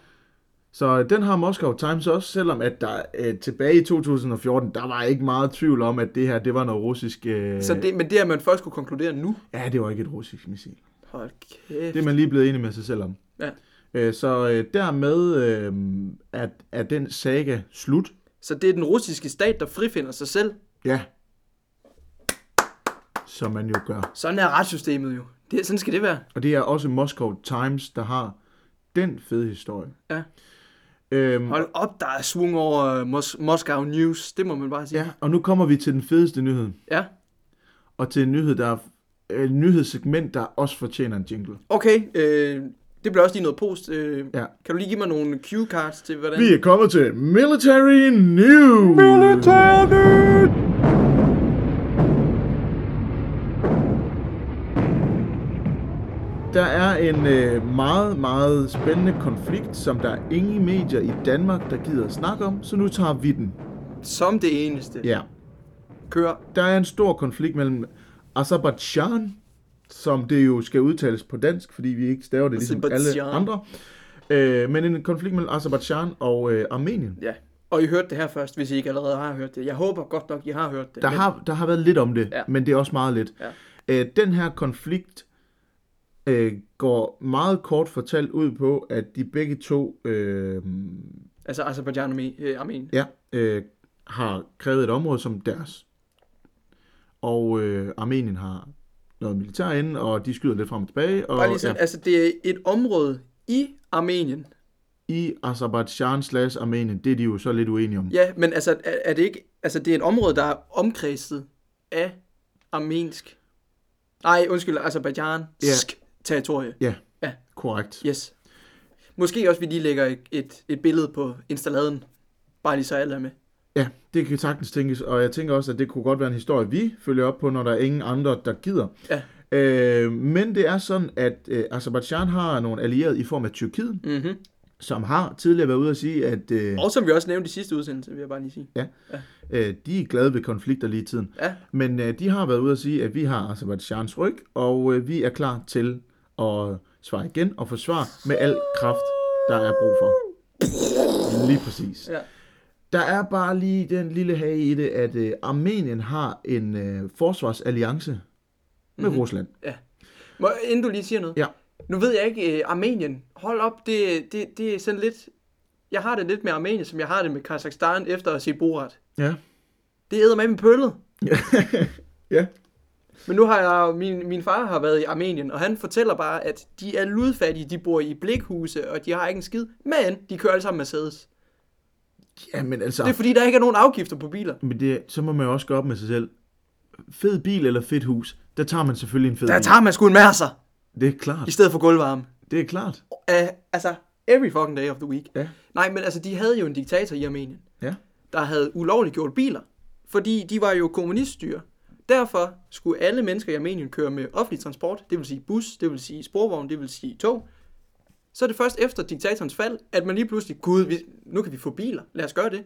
Speaker 1: Så øh, den har Moscow Times også, selvom at der øh, tilbage i 2014, der var ikke meget tvivl om, at det her, det var noget russisk... Øh,
Speaker 2: Så det, men det har man først kunne konkludere nu.
Speaker 1: Ja, det var ikke et russisk missil.
Speaker 2: Hold kæft.
Speaker 1: Det er man lige blevet enig med sig selv om.
Speaker 2: Ja.
Speaker 1: Øh, Så øh, dermed øh, er, er den saga slut.
Speaker 2: Så det er den russiske stat, der frifinder sig selv.
Speaker 1: Ja. Som man jo gør.
Speaker 2: Sådan er retssystemet jo. Det, sådan skal det være.
Speaker 1: Og det er også Moscow Times, der har den fede historie.
Speaker 2: Ja.
Speaker 1: Øhm,
Speaker 2: Hold op, der er svung over uh, Mos- Moscow News. Det må man bare sige.
Speaker 1: ja, og nu kommer vi til den fedeste nyhed.
Speaker 2: ja.
Speaker 1: Og til en nyhed, der er et nyhedssegment, der også fortjener en jingle.
Speaker 2: Okay, øh, det bliver også lige noget post. Øh,
Speaker 1: Ja.
Speaker 2: Kan du lige give mig nogle cue cards til, hvordan...
Speaker 1: Vi er kommet til Military News. Military Der er en øh, meget, meget spændende konflikt, som der er ingen medier i Danmark, der gider at snakke om, så nu tager vi den.
Speaker 2: Som det eneste
Speaker 1: Ja.
Speaker 2: kører...
Speaker 1: Der er en stor konflikt mellem Azerbaijan, som det jo skal udtales på dansk, fordi vi ikke staver det ligesom alle
Speaker 2: Aserbajdsjan.
Speaker 1: andre. Øh, men en konflikt mellem Azerbaijan og øh, Armenien.
Speaker 2: Ja. Og I hørte det her først, hvis I ikke allerede har hørt det. Jeg håber godt nok, I har hørt det.
Speaker 1: Der,
Speaker 2: men-
Speaker 1: har, der har været lidt om det,
Speaker 2: Ja.
Speaker 1: ja. men det er også meget lidt.
Speaker 2: Ja.
Speaker 1: Øh, den her konflikt øh, går meget kort fortalt ud på, at de begge to øh,
Speaker 2: Altså Azerbaijan og Me- øh, Armenien.
Speaker 1: ja, øh, har krævet et område som deres. Og øh, Armenien har noget militær inde, og de skyder lidt frem og tilbage. Og,
Speaker 2: Bare lige sådan,
Speaker 1: ja,
Speaker 2: ja. altså det er et område i Armenien.
Speaker 1: I Azerbaijan slash Armenien, det er de jo så lidt uenige om.
Speaker 2: Ja, men altså er, er det ikke, altså det er et område, der er omkredset af armensk, nej undskyld, azerbaijansk territorie.
Speaker 1: Ja,
Speaker 2: Ja.
Speaker 1: korrekt.
Speaker 2: Yes. Måske også vi lige lægger et, et, et billede på installaden, bare lige så alle er med.
Speaker 1: Ja, det kan sagtens tænkes, og jeg tænker også, at det kunne godt være en historie, vi følger op på, når der er ingen andre, der gider.
Speaker 2: Ja.
Speaker 1: Øh, men det er sådan, at øh, Azerbaijan har nogle allierede i form af Tyrkiet,
Speaker 2: Mm-hmm.
Speaker 1: som har tidligere været ude at sige, at øh,
Speaker 2: Og som vi også nævnte i sidste udsendelse, vil jeg bare lige sige.
Speaker 1: øh, de er glade ved konflikter lige i tiden.
Speaker 2: Ja,
Speaker 1: Men øh, de har været ude at sige, at vi har Azerbaijans ryg, og øh, vi er klar til at svare igen og forsvare med al kraft, der er brug for. Lige præcis.
Speaker 2: Ja.
Speaker 1: Der er bare lige den lille hage i det, at øh, Armenien har en øh, forsvarsalliance med
Speaker 2: Mhm.
Speaker 1: mm-hmm. Rusland.
Speaker 2: Må, inden du lige siger noget.
Speaker 1: Ja.
Speaker 2: Nu ved jeg ikke, øh, Armenien, hold op, det, det, det er sådan lidt, jeg har det lidt med Armenien, som jeg har det med Kazakhstan efter at se Borat.
Speaker 1: Ja.
Speaker 2: Det æder med med pøllet.
Speaker 1: ja.
Speaker 2: Men nu har jeg, min, min far har været i Armenien, og han fortæller bare, at de er ludfattige, de bor i blikhuse, og de har ikke en skid, men de kører alle sammen Mercedes.
Speaker 1: Jamen altså,
Speaker 2: Det er fordi, der ikke er nogen afgifter på biler.
Speaker 1: men det, så må man jo også gå op med sig selv. Fed bil eller fedt hus, der tager man selvfølgelig en fed
Speaker 2: Der
Speaker 1: bil.
Speaker 2: tager man sgu en masser,
Speaker 1: Det er klart.
Speaker 2: i stedet for gulvvarme.
Speaker 1: Det er klart.
Speaker 2: Uh, altså, every fucking day of the week.
Speaker 1: Ja.
Speaker 2: Nej, men altså, de havde jo en diktator i Armenien.
Speaker 1: Ja.
Speaker 2: der havde ulovliggjort biler, fordi de var jo kommuniststyre. Derfor skulle alle mennesker i Armenien køre med offentlig transport, det vil sige bus, det vil sige sporvogn, det vil sige tog. Så er det først efter diktatorens fald, at man lige pludselig, gud, vi, nu kan vi få biler, lad os gøre det.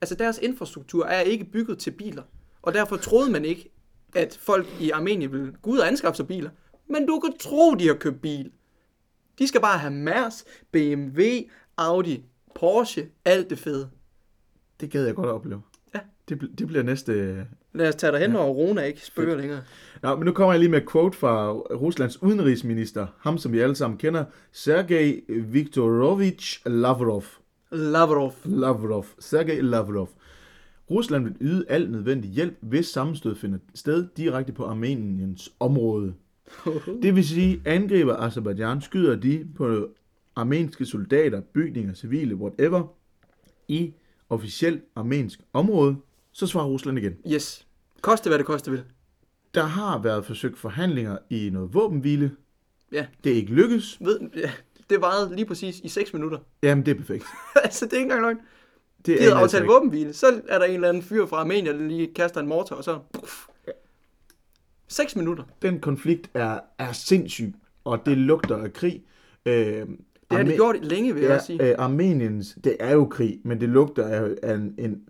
Speaker 2: Altså deres infrastruktur er ikke bygget til biler, og derfor troede man ikke, at folk i Armenien ville gå ud og anskaffe sig biler. Men du kan tro, de har købt bil. De skal bare have Mærs, BMW, Audi, Porsche, alt det fede.
Speaker 1: Det gad jeg godt at opleve.
Speaker 2: Ja.
Speaker 1: Det, bl- det bliver næste... øh.
Speaker 2: Lad os tage dig hen, når Rona ikke spøger længere.
Speaker 1: Nå, men nu kommer jeg lige med et quote fra Ruslands udenrigsminister, ham som vi alle sammen kender, Sergej Viktorovich Lavrov.
Speaker 2: Lavrov.
Speaker 1: Lavrov. Sergej Lavrov. Rusland vil yde al nødvendig hjælp, hvis sammenstød finder sted direkte på Armeniens område. Det vil sige, angriber Azerbaijan skyder de på armenske soldater, bygninger, civile, whatever, i officielt armensk område, så svarer Rusland igen.
Speaker 2: Yes. Koste hvad det koste vil.
Speaker 1: Der har været forsøgt forhandlinger i noget våbenhvile.
Speaker 2: Ja.
Speaker 1: Det er ikke lykkes.
Speaker 2: Ved, ja, det varede lige præcis i 6 minutter.
Speaker 1: Jamen, det er perfekt.
Speaker 2: altså, det er ikke engang løgn.
Speaker 1: Det
Speaker 2: De
Speaker 1: er en
Speaker 2: havde
Speaker 1: altså
Speaker 2: aftalt
Speaker 1: ikke.
Speaker 2: våbenhvile. Så er der en eller anden fyr fra Armenien, der lige kaster en mortar, og så... Puff. 6 minutter.
Speaker 1: Den konflikt er, er sindssyg, og det lugter af krig. Øh,
Speaker 2: Det har de gjort længe, vil jeg også sige.
Speaker 1: ja, øh, Armeniens, det er jo krig, men det lugter af, af en, en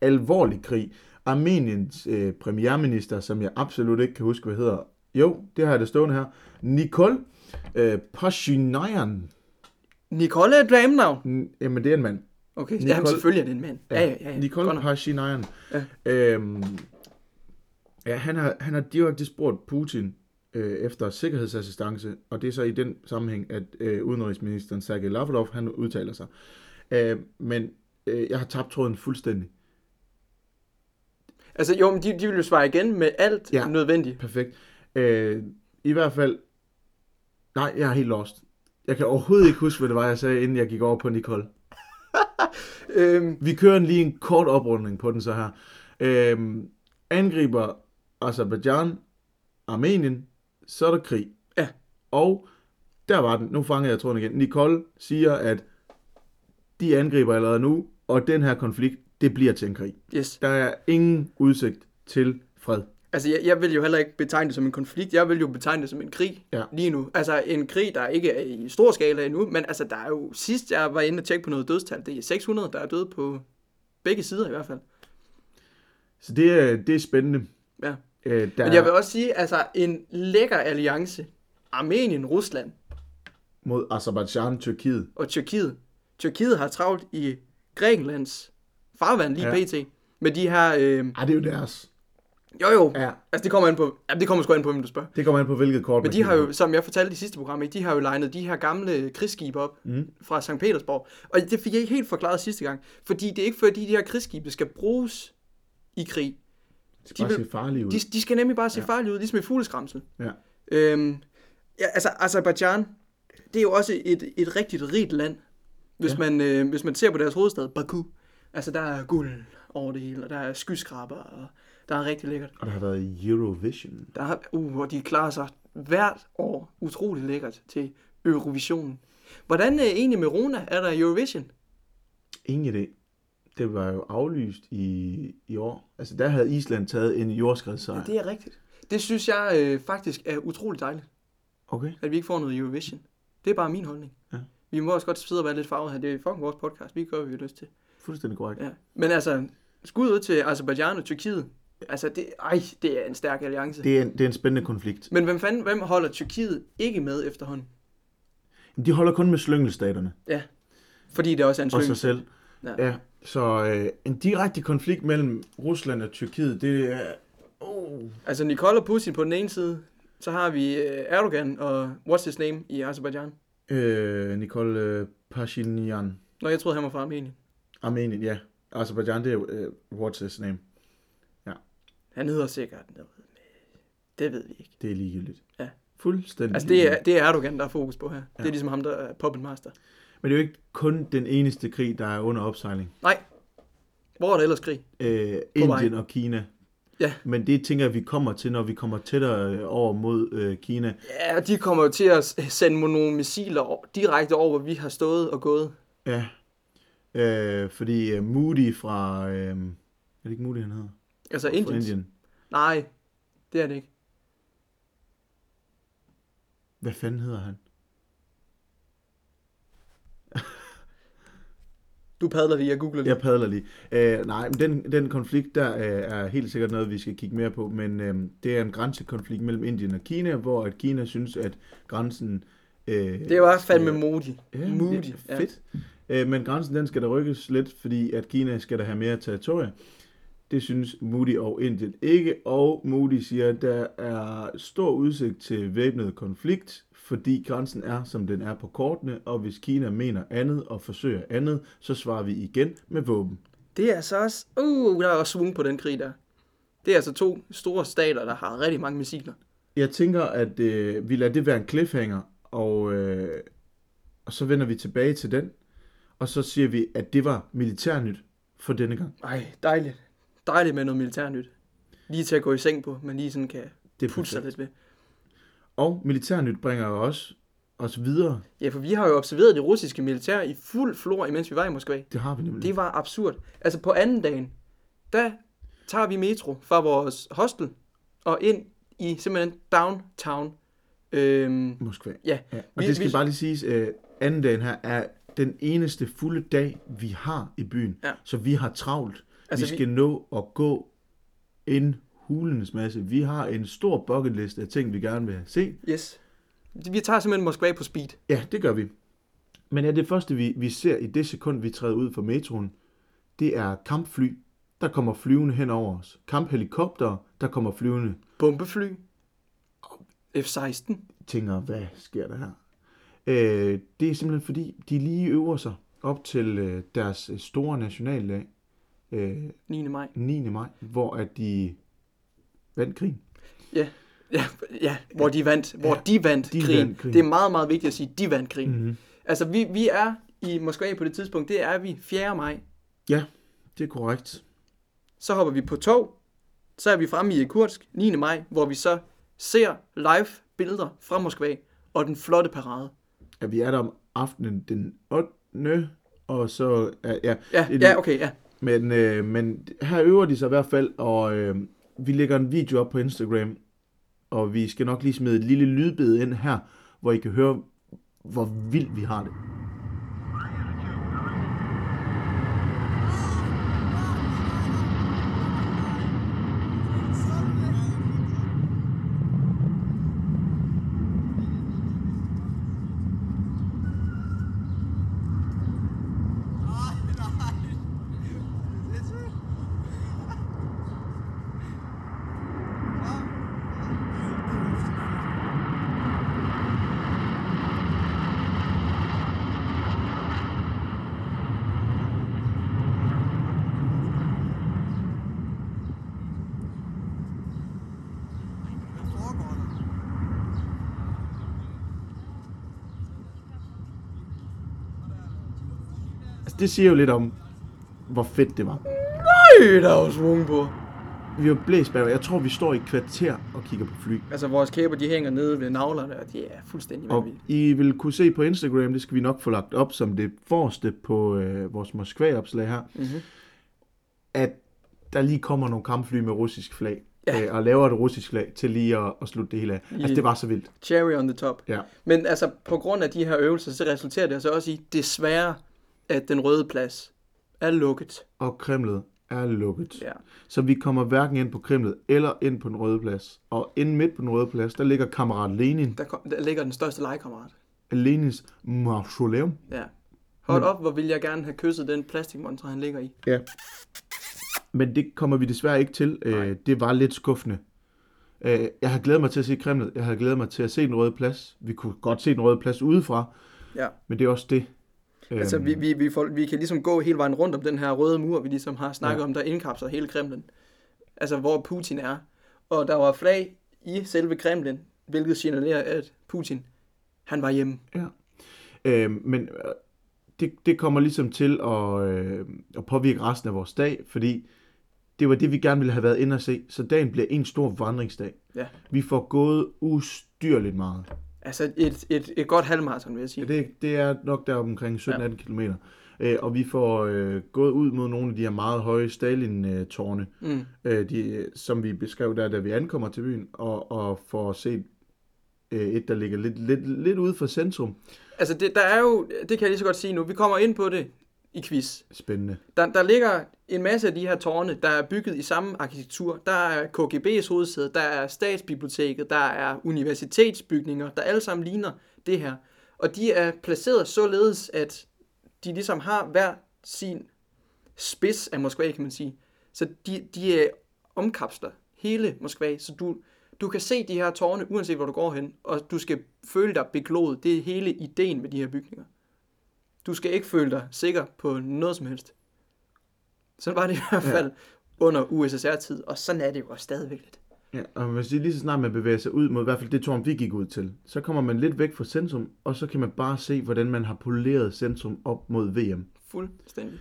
Speaker 1: alvorlig krig. Armeniens øh, premierminister, som jeg absolut ikke kan huske, hvad hedder, jo, det har jeg det stående her, Nikol øh, Pashinyan.
Speaker 2: Nicole Dramnau.
Speaker 1: N- Jamen, det er en mand.
Speaker 2: Okay, Nicole...
Speaker 1: Nicole-
Speaker 2: jamen selvfølgelig er det en mand. Ja, ja, ja. ja. Godt
Speaker 1: Nicole
Speaker 2: nok.
Speaker 1: Pashinyan.
Speaker 2: Ja.
Speaker 1: Ja. Øhm, ja, han har, han har direkte spurgt Putin øh, efter sikkerhedsassistance, og det er så i den sammenhæng, at øh, udenrigsministeren Sergej Lavrov, han udtaler sig. Øh, men øh, jeg har tabt tråden fuldstændig.
Speaker 2: Altså, jo, men de, de vil jo svare igen med alt ja.
Speaker 1: Ja.
Speaker 2: nødvendigt.
Speaker 1: Perfekt. Øh, I hvert fald, nej, jeg er helt lost. Jeg kan overhovedet ikke huske, hvad det var, jeg sagde, inden jeg gik over på Nicole.
Speaker 2: Øhm,
Speaker 1: Vi kører lige en kort oprundning på den så her. Øhm, angriber Azerbaijan, Armenien, så er der krig.
Speaker 2: Ja.
Speaker 1: Og der var den. Nu fanger jeg tråden igen. Nicole siger, at de angriber allerede nu, og den her konflikt, det bliver til en krig.
Speaker 2: yes.
Speaker 1: Der er ingen udsigt til fred.
Speaker 2: Altså, jeg, jeg vil jo heller ikke betegne det som en konflikt. Jeg vil jo betegne det som en krig ja.
Speaker 1: Ja.
Speaker 2: lige nu. Altså, en krig, der ikke er i stor skala endnu. Men altså, der er jo... Sidst jeg var inde og tjekke på noget dødstal, det er 600, der er døde på begge sider i hvert fald.
Speaker 1: Så det er, det er spændende.
Speaker 2: Ja.
Speaker 1: Øh, der
Speaker 2: Men jeg vil også sige, altså, en lækker alliance. Armenien, Rusland
Speaker 1: mod Azerbaijan, Tyrkiet.
Speaker 2: og Tyrkiet. Tyrkiet har travlt i Grækenlands farvand lige ja.
Speaker 1: Ja.
Speaker 2: pt. Med de her... Øh,
Speaker 1: Ah, det er jo deres.
Speaker 2: jo jo, ja.
Speaker 1: Ja,
Speaker 2: altså det kommer, an på, ja, det kommer sgu an på, hvem du spørger.
Speaker 1: det kommer an på, hvilket kort
Speaker 2: Men
Speaker 1: man
Speaker 2: de har jo, som jeg fortalte i sidste program, ikke, de har jo legnet de her gamle krigsskibe op mm. fra St. Petersborg. Og det fik jeg ikke helt forklaret sidste gang. Fordi det er ikke fordi, de her krigsskibe skal bruges i krig.
Speaker 1: Det
Speaker 2: de
Speaker 1: skal de bare
Speaker 2: vil-
Speaker 1: se farlige ud.
Speaker 2: De, de skal nemlig bare se ja. farlige ud, ligesom i fugleskramsel.
Speaker 1: Ja.
Speaker 2: Øhm, ja, altså, Azerbaijan, det er jo også et, et rigtigt rigt land, hvis, ja.
Speaker 1: Ja.
Speaker 2: man, øh, hvis man ser på deres hovedstad, Baku. Altså, der er guld over det hele, og der er skyskraber, og der er rigtig lækkert.
Speaker 1: Og der har været Eurovision.
Speaker 2: Der er, uh, og de klarer sig hvert år utrolig lækkert til Eurovisionen. Hvordan øh, egentlig med Rona? Er der Eurovision?
Speaker 1: Ingen idé. Det var jo aflyst i, i år. Altså, der havde Island taget en jordskredssejr.
Speaker 2: Det er rigtigt. Det synes jeg øh, faktisk er utrolig dejligt.
Speaker 1: Okay.
Speaker 2: at vi ikke får noget Eurovision. Det er bare min holdning.
Speaker 1: Ja.
Speaker 2: Vi må også godt sidde og være lidt farvet her. Det er fucking vores podcast. Vi gør, hvad vi har lyst til.
Speaker 1: Fuldstændig korrekt. Ja.
Speaker 2: Ja. Men altså, skud ud til Azerbaijan og Tyrkiet. Altså, det, ej, det er en stærk alliance. Det...
Speaker 1: Det, er en, det er en spændende konflikt.
Speaker 2: Men hvem fanden, hvem holder Tyrkiet ikke med efterhånden?
Speaker 1: De holder kun med slyngelstaterne
Speaker 2: Ja, fordi det også er en
Speaker 1: og sig
Speaker 2: slyng.
Speaker 1: selv.
Speaker 2: Ja.
Speaker 1: ja så øh, en direkte konflikt mellem Rusland og Tyrkiet, det er... Oh.
Speaker 2: Altså, Nicole og Putin på den ene side, så har vi øh, Erdogan og what's his name i Azerbaijan.
Speaker 1: Øh, Nicole øh, Pashinyan.
Speaker 2: Nå, jeg troede, han var fra Armenien.
Speaker 1: Armenien, ja. Azerbaijan, det er jo, øh, what's his name.
Speaker 2: Han hedder sikkert noget. Det ved vi ikke.
Speaker 1: Det er ligegyldigt.
Speaker 2: Ja.
Speaker 1: Fuldstændig
Speaker 2: Altså, det er,
Speaker 1: ligegyldigt.
Speaker 2: det er Erdogan, der er fokus på her. Ja. Det er ligesom ham, der er puppetmaster.
Speaker 1: Men det er jo ikke kun den eneste krig, der er under opsejling.
Speaker 2: Nej. Hvor er der ellers krig?
Speaker 1: øh,
Speaker 2: På vej.
Speaker 1: Indien og Kina.
Speaker 2: Ja.
Speaker 1: Men det tænker jeg, vi kommer til, når vi kommer tættere øh, over mod øh, Kina.
Speaker 2: Ja, og de kommer jo til at s- sende nogle missiler o- direkte over, hvor vi har stået og gået.
Speaker 1: Ja. Øh, fordi øh, Moody fra... Øh, er det ikke Moody, han hedder?
Speaker 2: Altså
Speaker 1: Fra
Speaker 2: Indien.
Speaker 1: Indien.
Speaker 2: Nej, det er det ikke.
Speaker 1: Hvad fanden hedder han?
Speaker 2: Du padler lige, jeg googler lige.
Speaker 1: Jeg padler lige. Øh, nej, men den, den konflikt, der øh, er helt sikkert noget, vi skal kigge mere på, men øh, det er en grænsekonflikt mellem Indien og Kina, hvor at Kina synes, at grænsen... Øh,
Speaker 2: Det var fandme moody.
Speaker 1: Ja,
Speaker 2: moody.
Speaker 1: Ja, fedt. Ja. Øh, men grænsen den skal der rykkes lidt, fordi at Kina skal der have mere territorie. Det synes Moody og Indien ikke, og Moody siger, at der er stor udsigt til væbnet konflikt, fordi grænsen er, som den er på kortene, og hvis Kina mener andet og forsøger andet, så svarer vi igen med våben.
Speaker 2: Det er så også... Uh, der er også svung på den krig der. Det er altså to store stater, der har rigtig mange missiler.
Speaker 1: Jeg tænker, at øh, vi lader det være en cliffhanger, og, øh, og så vender vi tilbage til den, og så siger vi, at det var militærnyt for denne gang.
Speaker 2: Ej, dejligt. Dejligt med noget militærnyt. Lige til at gå i seng på, man lige sådan kan
Speaker 1: Det er
Speaker 2: putte sig
Speaker 1: perfekt.
Speaker 2: lidt ved.
Speaker 1: Og militærnyt bringer jo også os videre.
Speaker 2: Ja, for vi har jo observeret det russiske militær i fuld flor, imens vi var i Moskva.
Speaker 1: Det har vi nemlig.
Speaker 2: Det var absurd. Altså på anden dagen, der tager vi metro fra vores hostel og ind i simpelthen downtown. Øhm,
Speaker 1: Moskva.
Speaker 2: ja,
Speaker 1: Ja. Og
Speaker 2: Vi-
Speaker 1: vi, det skal
Speaker 2: vi-
Speaker 1: vi... bare lige siges, øh, anden dagen her er den eneste fulde dag, vi har i byen.
Speaker 2: Ja.
Speaker 1: Så vi har travlt.
Speaker 2: Altså,
Speaker 1: Altså,
Speaker 2: vi-
Speaker 1: vi skal vi... nå at gå en hulens masse. Vi har en stor bucket list af ting, vi gerne vil have set.
Speaker 2: yes. Vi tager simpelthen Moskva på speed.
Speaker 1: Ja, det gør vi. Men er det første, vi, vi ser i det sekund, vi træder ud fra metroen, det er kampfly, der kommer flyvende hen over os. Kamphelikopter, der kommer flyvende.
Speaker 2: Bombefly. F-16.
Speaker 1: tænker, hvad sker der her? Øh, det er simpelthen fordi, de lige øver sig op til øh, deres øh, store nationaldag, øh,
Speaker 2: 9. maj.
Speaker 1: 9. maj, hvor at de vandt krigen.
Speaker 2: Ja. Ja, ja, hvor de vandt, hvor de vandt
Speaker 1: de
Speaker 2: krigen.
Speaker 1: vandt krigen.
Speaker 2: Det er meget, meget vigtigt at sige, de vandt krigen.
Speaker 1: Mhm.
Speaker 2: Altså, vi, vi er i Moskva på det tidspunkt, det er vi 4. maj.
Speaker 1: Ja, det er korrekt.
Speaker 2: Så hopper vi på tog. Så er vi fremme i Kursk 9. maj, hvor vi så ser live billeder fra Moskva og den flotte parade.
Speaker 1: At vi er der om aftenen den 8. Og så, ja, ja,
Speaker 2: Ja,
Speaker 1: det er
Speaker 2: ja
Speaker 1: det.
Speaker 2: okay, ja.
Speaker 1: Men, øh, men her øver de sig i hvert fald, og øh, vi lægger en video op på Instagram, og vi skal nok lige smide et lille lydbed ind her, hvor I kan høre, hvor vildt vi har det.
Speaker 3: Nein.
Speaker 1: det siger jo lidt om, hvor fedt det var.
Speaker 2: Øj, der er jo svung på.
Speaker 1: Vi var blæst bagud. Jeg tror, vi står i et kvarter og kigger på fly.
Speaker 2: Altså, vores kæber, de hænger nede ved navlerne, og de er fuldstændig
Speaker 1: Og
Speaker 2: vanvittige.
Speaker 1: I vil kunne se på Instagram, det skal vi nok få lagt op som det forreste på øh, vores Moskva-opslag her,
Speaker 2: Mhm.
Speaker 1: at der lige kommer nogle kampfly med russisk flag,
Speaker 2: Ja.
Speaker 1: ja. øh, og laver et russisk flag til lige at, at slutte det hele af.
Speaker 2: I-
Speaker 1: Altså, det var så vildt.
Speaker 2: Cherry on the top.
Speaker 1: Ja.
Speaker 2: Men altså, på grund af de her øvelser, så resulterer det altså også i, desværre, at den røde plads er lukket.
Speaker 1: Og Kremlet er lukket.
Speaker 2: Ja.
Speaker 1: Så vi kommer hverken ind på Kremlet eller ind på den røde plads. Og inde midt på den røde plads, der ligger kammerat Lenin,
Speaker 2: Der, kom, der ligger den største legekammerat.
Speaker 1: Lenins mausoleum.
Speaker 2: Ja. Mm. Hold op, hvor ville jeg gerne have kysset den plastikmontre, han ligger i.
Speaker 1: Ja. Men det kommer vi desværre ikke til. Øh, det var lidt skuffende. Øh, jeg har glædet mig til at se Kremlet. Jeg har glædet mig til at se den røde plads. Vi kunne godt se den røde plads udefra,
Speaker 2: Ja.
Speaker 1: men det er også det. Øh,
Speaker 2: Altså, vi, vi, vi, får, vi kan ligesom gå hele vejen rundt om den her røde mur, vi ligesom har snakket ja. om, der indkapsler hele Kremlen. Altså, hvor Putin er. Og der var flag i selve Kremlen, hvilket signalerer, at Putin, han var hjemme.
Speaker 1: Ja. Øh, men øh, det, det kommer ligesom til at, øh, at påvirke resten af vores dag, fordi det var det, vi gerne ville have været inde og se. Så dagen bliver en stor vandringsdag.
Speaker 2: Ja.
Speaker 1: Vi får gået ustyrligt meget.
Speaker 2: Altså, et, et, et godt halvmarathon, vil jeg sige.
Speaker 1: Ja, det, det er nok der omkring 17-18 ja. km. Øh, og vi får øh, gået ud mod nogle af de her meget høje Stalin-tårne,
Speaker 2: Mm.
Speaker 1: øh, de, som vi beskrev der, da vi ankommer til byen, og, og får set øh, et, der ligger lidt, lidt, lidt ude for centrum.
Speaker 2: Altså, det, der er jo, det kan jeg lige så godt sige nu, vi kommer ind på det i quiz.
Speaker 1: Spændende.
Speaker 2: Der, der ligger en masse af de her tårne, der er bygget i samme arkitektur. Der er KGB's hovedsæde, der er statsbiblioteket, der er universitetsbygninger, der alle sammen ligner det her. Og de er placeret således, at de ligesom har hver sin spids af Moskva, kan man sige. Så de, de øh, omkapsler hele Moskva, så du, du kan se de her tårne, uanset hvor du går hen, og du skal føle dig beglået. Det er hele ideen med de her bygninger. Du skal ikke føle dig sikker på noget som helst. Sådan var det i hvert fald ja. under USSR-tid, og sådan er det jo også stadigvæk lidt.
Speaker 1: Ja, og man siger, lige så snart man bevæger sig ud mod i hvert fald det tårn, vi gik ud til, så kommer man lidt væk fra centrum, og så kan man bare se, hvordan man har poleret centrum op mod VM.
Speaker 2: Fuldstændig.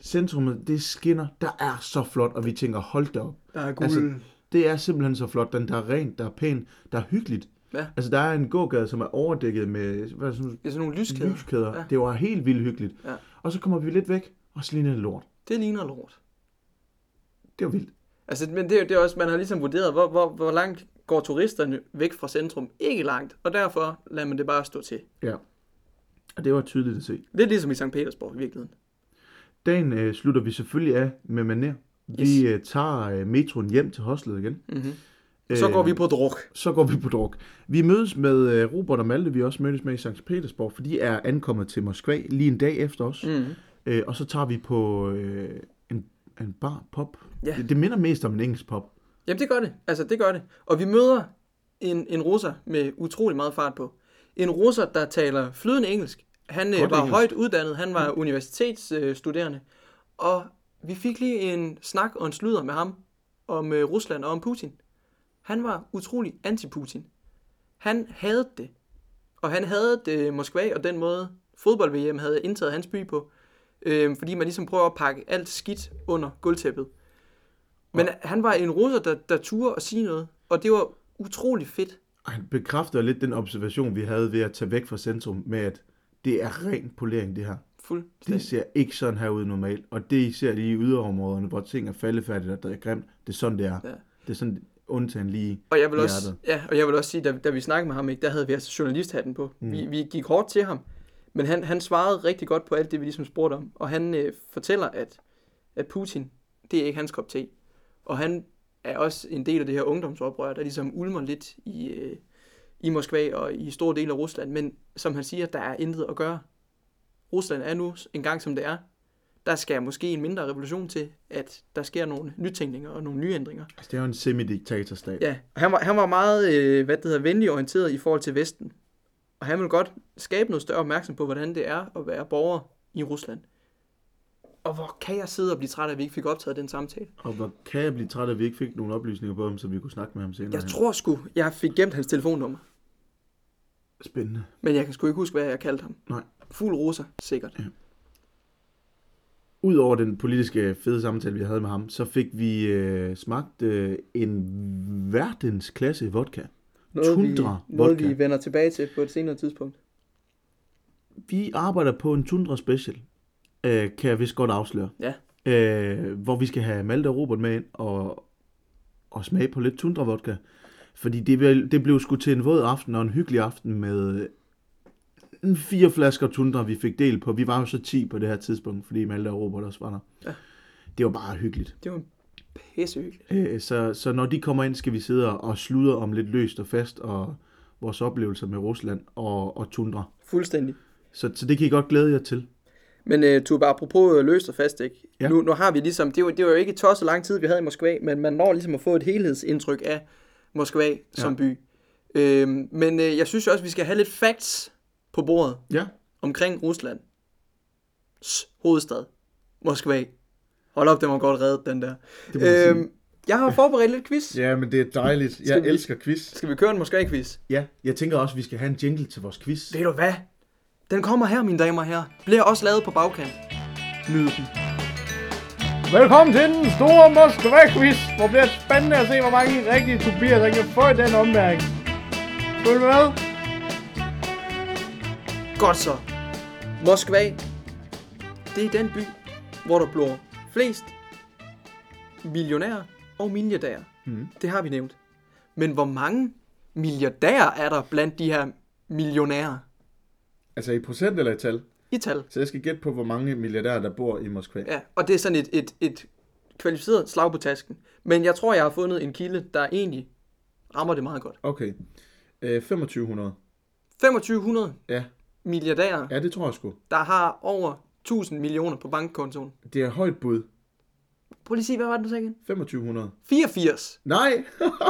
Speaker 1: Centrummet, det skinner, der er så flot, og vi tænker, hold da op.
Speaker 2: Der er guld.
Speaker 1: Altså, det er simpelthen så flot. Den der er rent, der er pæn, der er hyggeligt.
Speaker 2: Ja.
Speaker 1: Altså, der er en gågade, som er overdækket med hvad er det, sådan,
Speaker 2: det er sådan nogle lyskæder.
Speaker 1: nogle lyskæder.
Speaker 2: Ja.
Speaker 1: Ja. Det var helt vildt hyggeligt.
Speaker 2: Ja.
Speaker 1: Og så kommer vi lidt væk, og så ligner det lort.
Speaker 2: Det ligner lort.
Speaker 1: Det var vildt.
Speaker 2: Altså, men det, er jo- det er også, man har ligesom vurderet, hvor, hvor, hvor langt går turisterne væk fra centrum. Ikke langt, og derfor lader man det bare stå til.
Speaker 1: Ja. Og det var tydeligt at se.
Speaker 2: Lidt ligesom i St. Petersborg i virkeligheden.
Speaker 1: Dagen øh, slutter vi selvfølgelig af med maner. Vi øh, tager øh, metroen hjem til hostlet igen. Øh,
Speaker 2: Mm-hmm. Så går vi på druk.
Speaker 1: Så går vi på druk. Vi mødes med øh, Robert og Malte, vi også mødtes med i St. Petersborg, for de er ankommet til Moskva lige en dag efter os.
Speaker 2: Mm-hmm.
Speaker 1: Øh, og så tager vi på øh, en, en bar pop.
Speaker 2: Ja.
Speaker 1: Det, det minder mest om en engelsk pop.
Speaker 2: Jamen, det gør det. Altså, det gør det. Og vi møder en, en russer med utrolig meget fart på. En russer, der taler flydende engelsk. Han øh,
Speaker 1: Godt
Speaker 2: var
Speaker 1: engelsk.
Speaker 2: højt uddannet. Han var universitetsstuderende. og vi fik lige en snak og en sludder med ham om øh, Rusland og om Putin. Han var utrolig anti-Putin. Han havde det. Og han havde øh, Moskva og den måde, fodbold-VM havde indtaget hans by på. Øh, fordi man ligesom prøver at pakke alt skidt under gulvtæppet. Men han var en russer, der, der turde at sige noget, og det var utrolig fedt.
Speaker 1: Og han bekræfter lidt den observation, vi havde ved at tage væk fra centrum, med at det er ren polering, det her. Det
Speaker 2: Fuldstændig.
Speaker 1: ser ikke sådan her ud normalt. Og det ser de i yderområderne, hvor ting er faldefærdigt og der er grimt. Det er sådan, det er.
Speaker 2: Ja.
Speaker 1: Ja. Det er sådan, undtagen lige.
Speaker 2: Og jeg vil også,
Speaker 1: Hjertet.
Speaker 2: ja, og jeg vil også sige, da, da vi snakkede med ham, ikke, der havde vi altså journalisthatten på. Mm. Vi, vi gik hårdt til ham, men han, han svarede rigtig godt på alt det, vi ligesom spurgte om. Og han øh, fortæller, at, at Putin, det er ikke hans kop te. Og han er også en del af det her ungdomsoprør, der ligesom ulmer lidt i, øh, i Moskva og i store dele af Rusland. Men som han siger, der er intet at gøre. Rusland er nu engang som det er. Der skal måske en mindre revolution til, at der sker nogle nytænkninger og nogle nyændringer.
Speaker 1: Altså, det er jo en semidiktatorstat.
Speaker 2: Ja, og han var, han var meget, øh, hvad det hedder, venlig orienteret i forhold til Vesten. Og han ville godt skabe noget større opmærksomhed på, hvordan det er at være borger i Rusland. Og hvor kan jeg sidde og blive træt af, at vi ikke fik optaget den samtale?
Speaker 1: Og hvor kan jeg blive træt af, at vi ikke fik nogle oplysninger på ham, så vi kunne snakke med ham senere.
Speaker 2: Jeg
Speaker 1: hen?
Speaker 2: tror sgu, jeg fik gemt hans telefonnummer.
Speaker 1: Spændende.
Speaker 2: Men jeg kan sgu ikke huske, hvad jeg kaldte ham.
Speaker 1: Nej.
Speaker 2: Fuld rosa, sikkert.
Speaker 1: Udover den politiske fede samtale, vi havde med ham, så fik vi øh, smagt øh, en verdensklasse vodka.
Speaker 2: Noget,
Speaker 1: Tundra
Speaker 2: vi, noget
Speaker 1: vodka.
Speaker 2: vi vender tilbage til på et senere tidspunkt.
Speaker 1: Vi arbejder på en Tundra Special, øh, kan jeg vist godt afsløre.
Speaker 2: Ja.
Speaker 1: Øh, hvor vi skal have Malte og Robert med ind og, og smage på lidt Tundra Vodka. Fordi det, vil- det blev sgu til en våd aften og en hyggelig aften med øh, fire flasker Tundra, vi fik del på. Vi var jo så 10 på det her tidspunkt, fordi Malte og Robert også var der.
Speaker 2: Ja.
Speaker 1: Det var bare hyggeligt.
Speaker 2: Det var pissehyggeligt.
Speaker 1: Øh, så, så når de kommer ind, skal vi sidde og og sludre om lidt løst og fast og vores oplevelser med Rusland og, og Tundra.
Speaker 2: Fuldstændig.
Speaker 1: Så, så det kan I godt glæde jer til.
Speaker 2: Men øh, Tube, apropos øh, løst og fast, ikke? Ja.
Speaker 1: Ja.
Speaker 2: Nu, nu har vi ligesom, det var, det var jo ikke tosset lang tid, vi havde i Moskva, men man når ligesom at få et helhedsindtryk af Moskva som by. Øhm, men øh, jeg synes jo også, vi skal have lidt facts på bordet
Speaker 1: Ja,
Speaker 2: omkring Ruslands hovedstad, Moskva. Hold op, den var godt reddet, den der.
Speaker 1: må man
Speaker 2: Øhm, jeg har forberedt lidt quiz.
Speaker 1: Ja, men det er dejligt. Jeg
Speaker 2: vi-
Speaker 1: elsker quiz.
Speaker 2: Skal vi køre en Moskva-quiz?
Speaker 1: Ja, jeg tænker også, at vi skal have en jingle til vores quiz.
Speaker 2: Ved du hvad? Den kommer her, mine damer og herrer. Bliver også lavet på bagkant. Nyd den.
Speaker 3: Velkommen til den store Moskva-quiz, hvor bliver det spændende at se, hvor mange rigtige Tobias der kan få i den ombæring. Følg med.
Speaker 2: Godt så. Moskva. Det er den by, hvor der bliver flest millionærer og milliardærer. Mm. Det har vi nævnt. Men hvor mange milliardærer er der blandt de her millionærer
Speaker 1: Altså i procent eller i tal?
Speaker 2: i tal?
Speaker 1: Så jeg skal gætte på, hvor mange milliardærer, der bor i Moskva.
Speaker 2: Ja, og det er sådan et, et, et kvalificeret slag på tasken. Men jeg tror, jeg har fundet en kilde, der egentlig rammer det meget godt.
Speaker 1: Okay. Øh, 2500.
Speaker 2: 2500
Speaker 1: Ja.
Speaker 2: milliardærer,
Speaker 1: ja, det tror jeg sgu.
Speaker 2: der har over 1000 millioner på bankkontoen.
Speaker 1: Det er højt bud.
Speaker 2: Prøv lige at sige, hvad var det, du sagde igen?
Speaker 1: 2500.
Speaker 2: 84.
Speaker 1: Nej!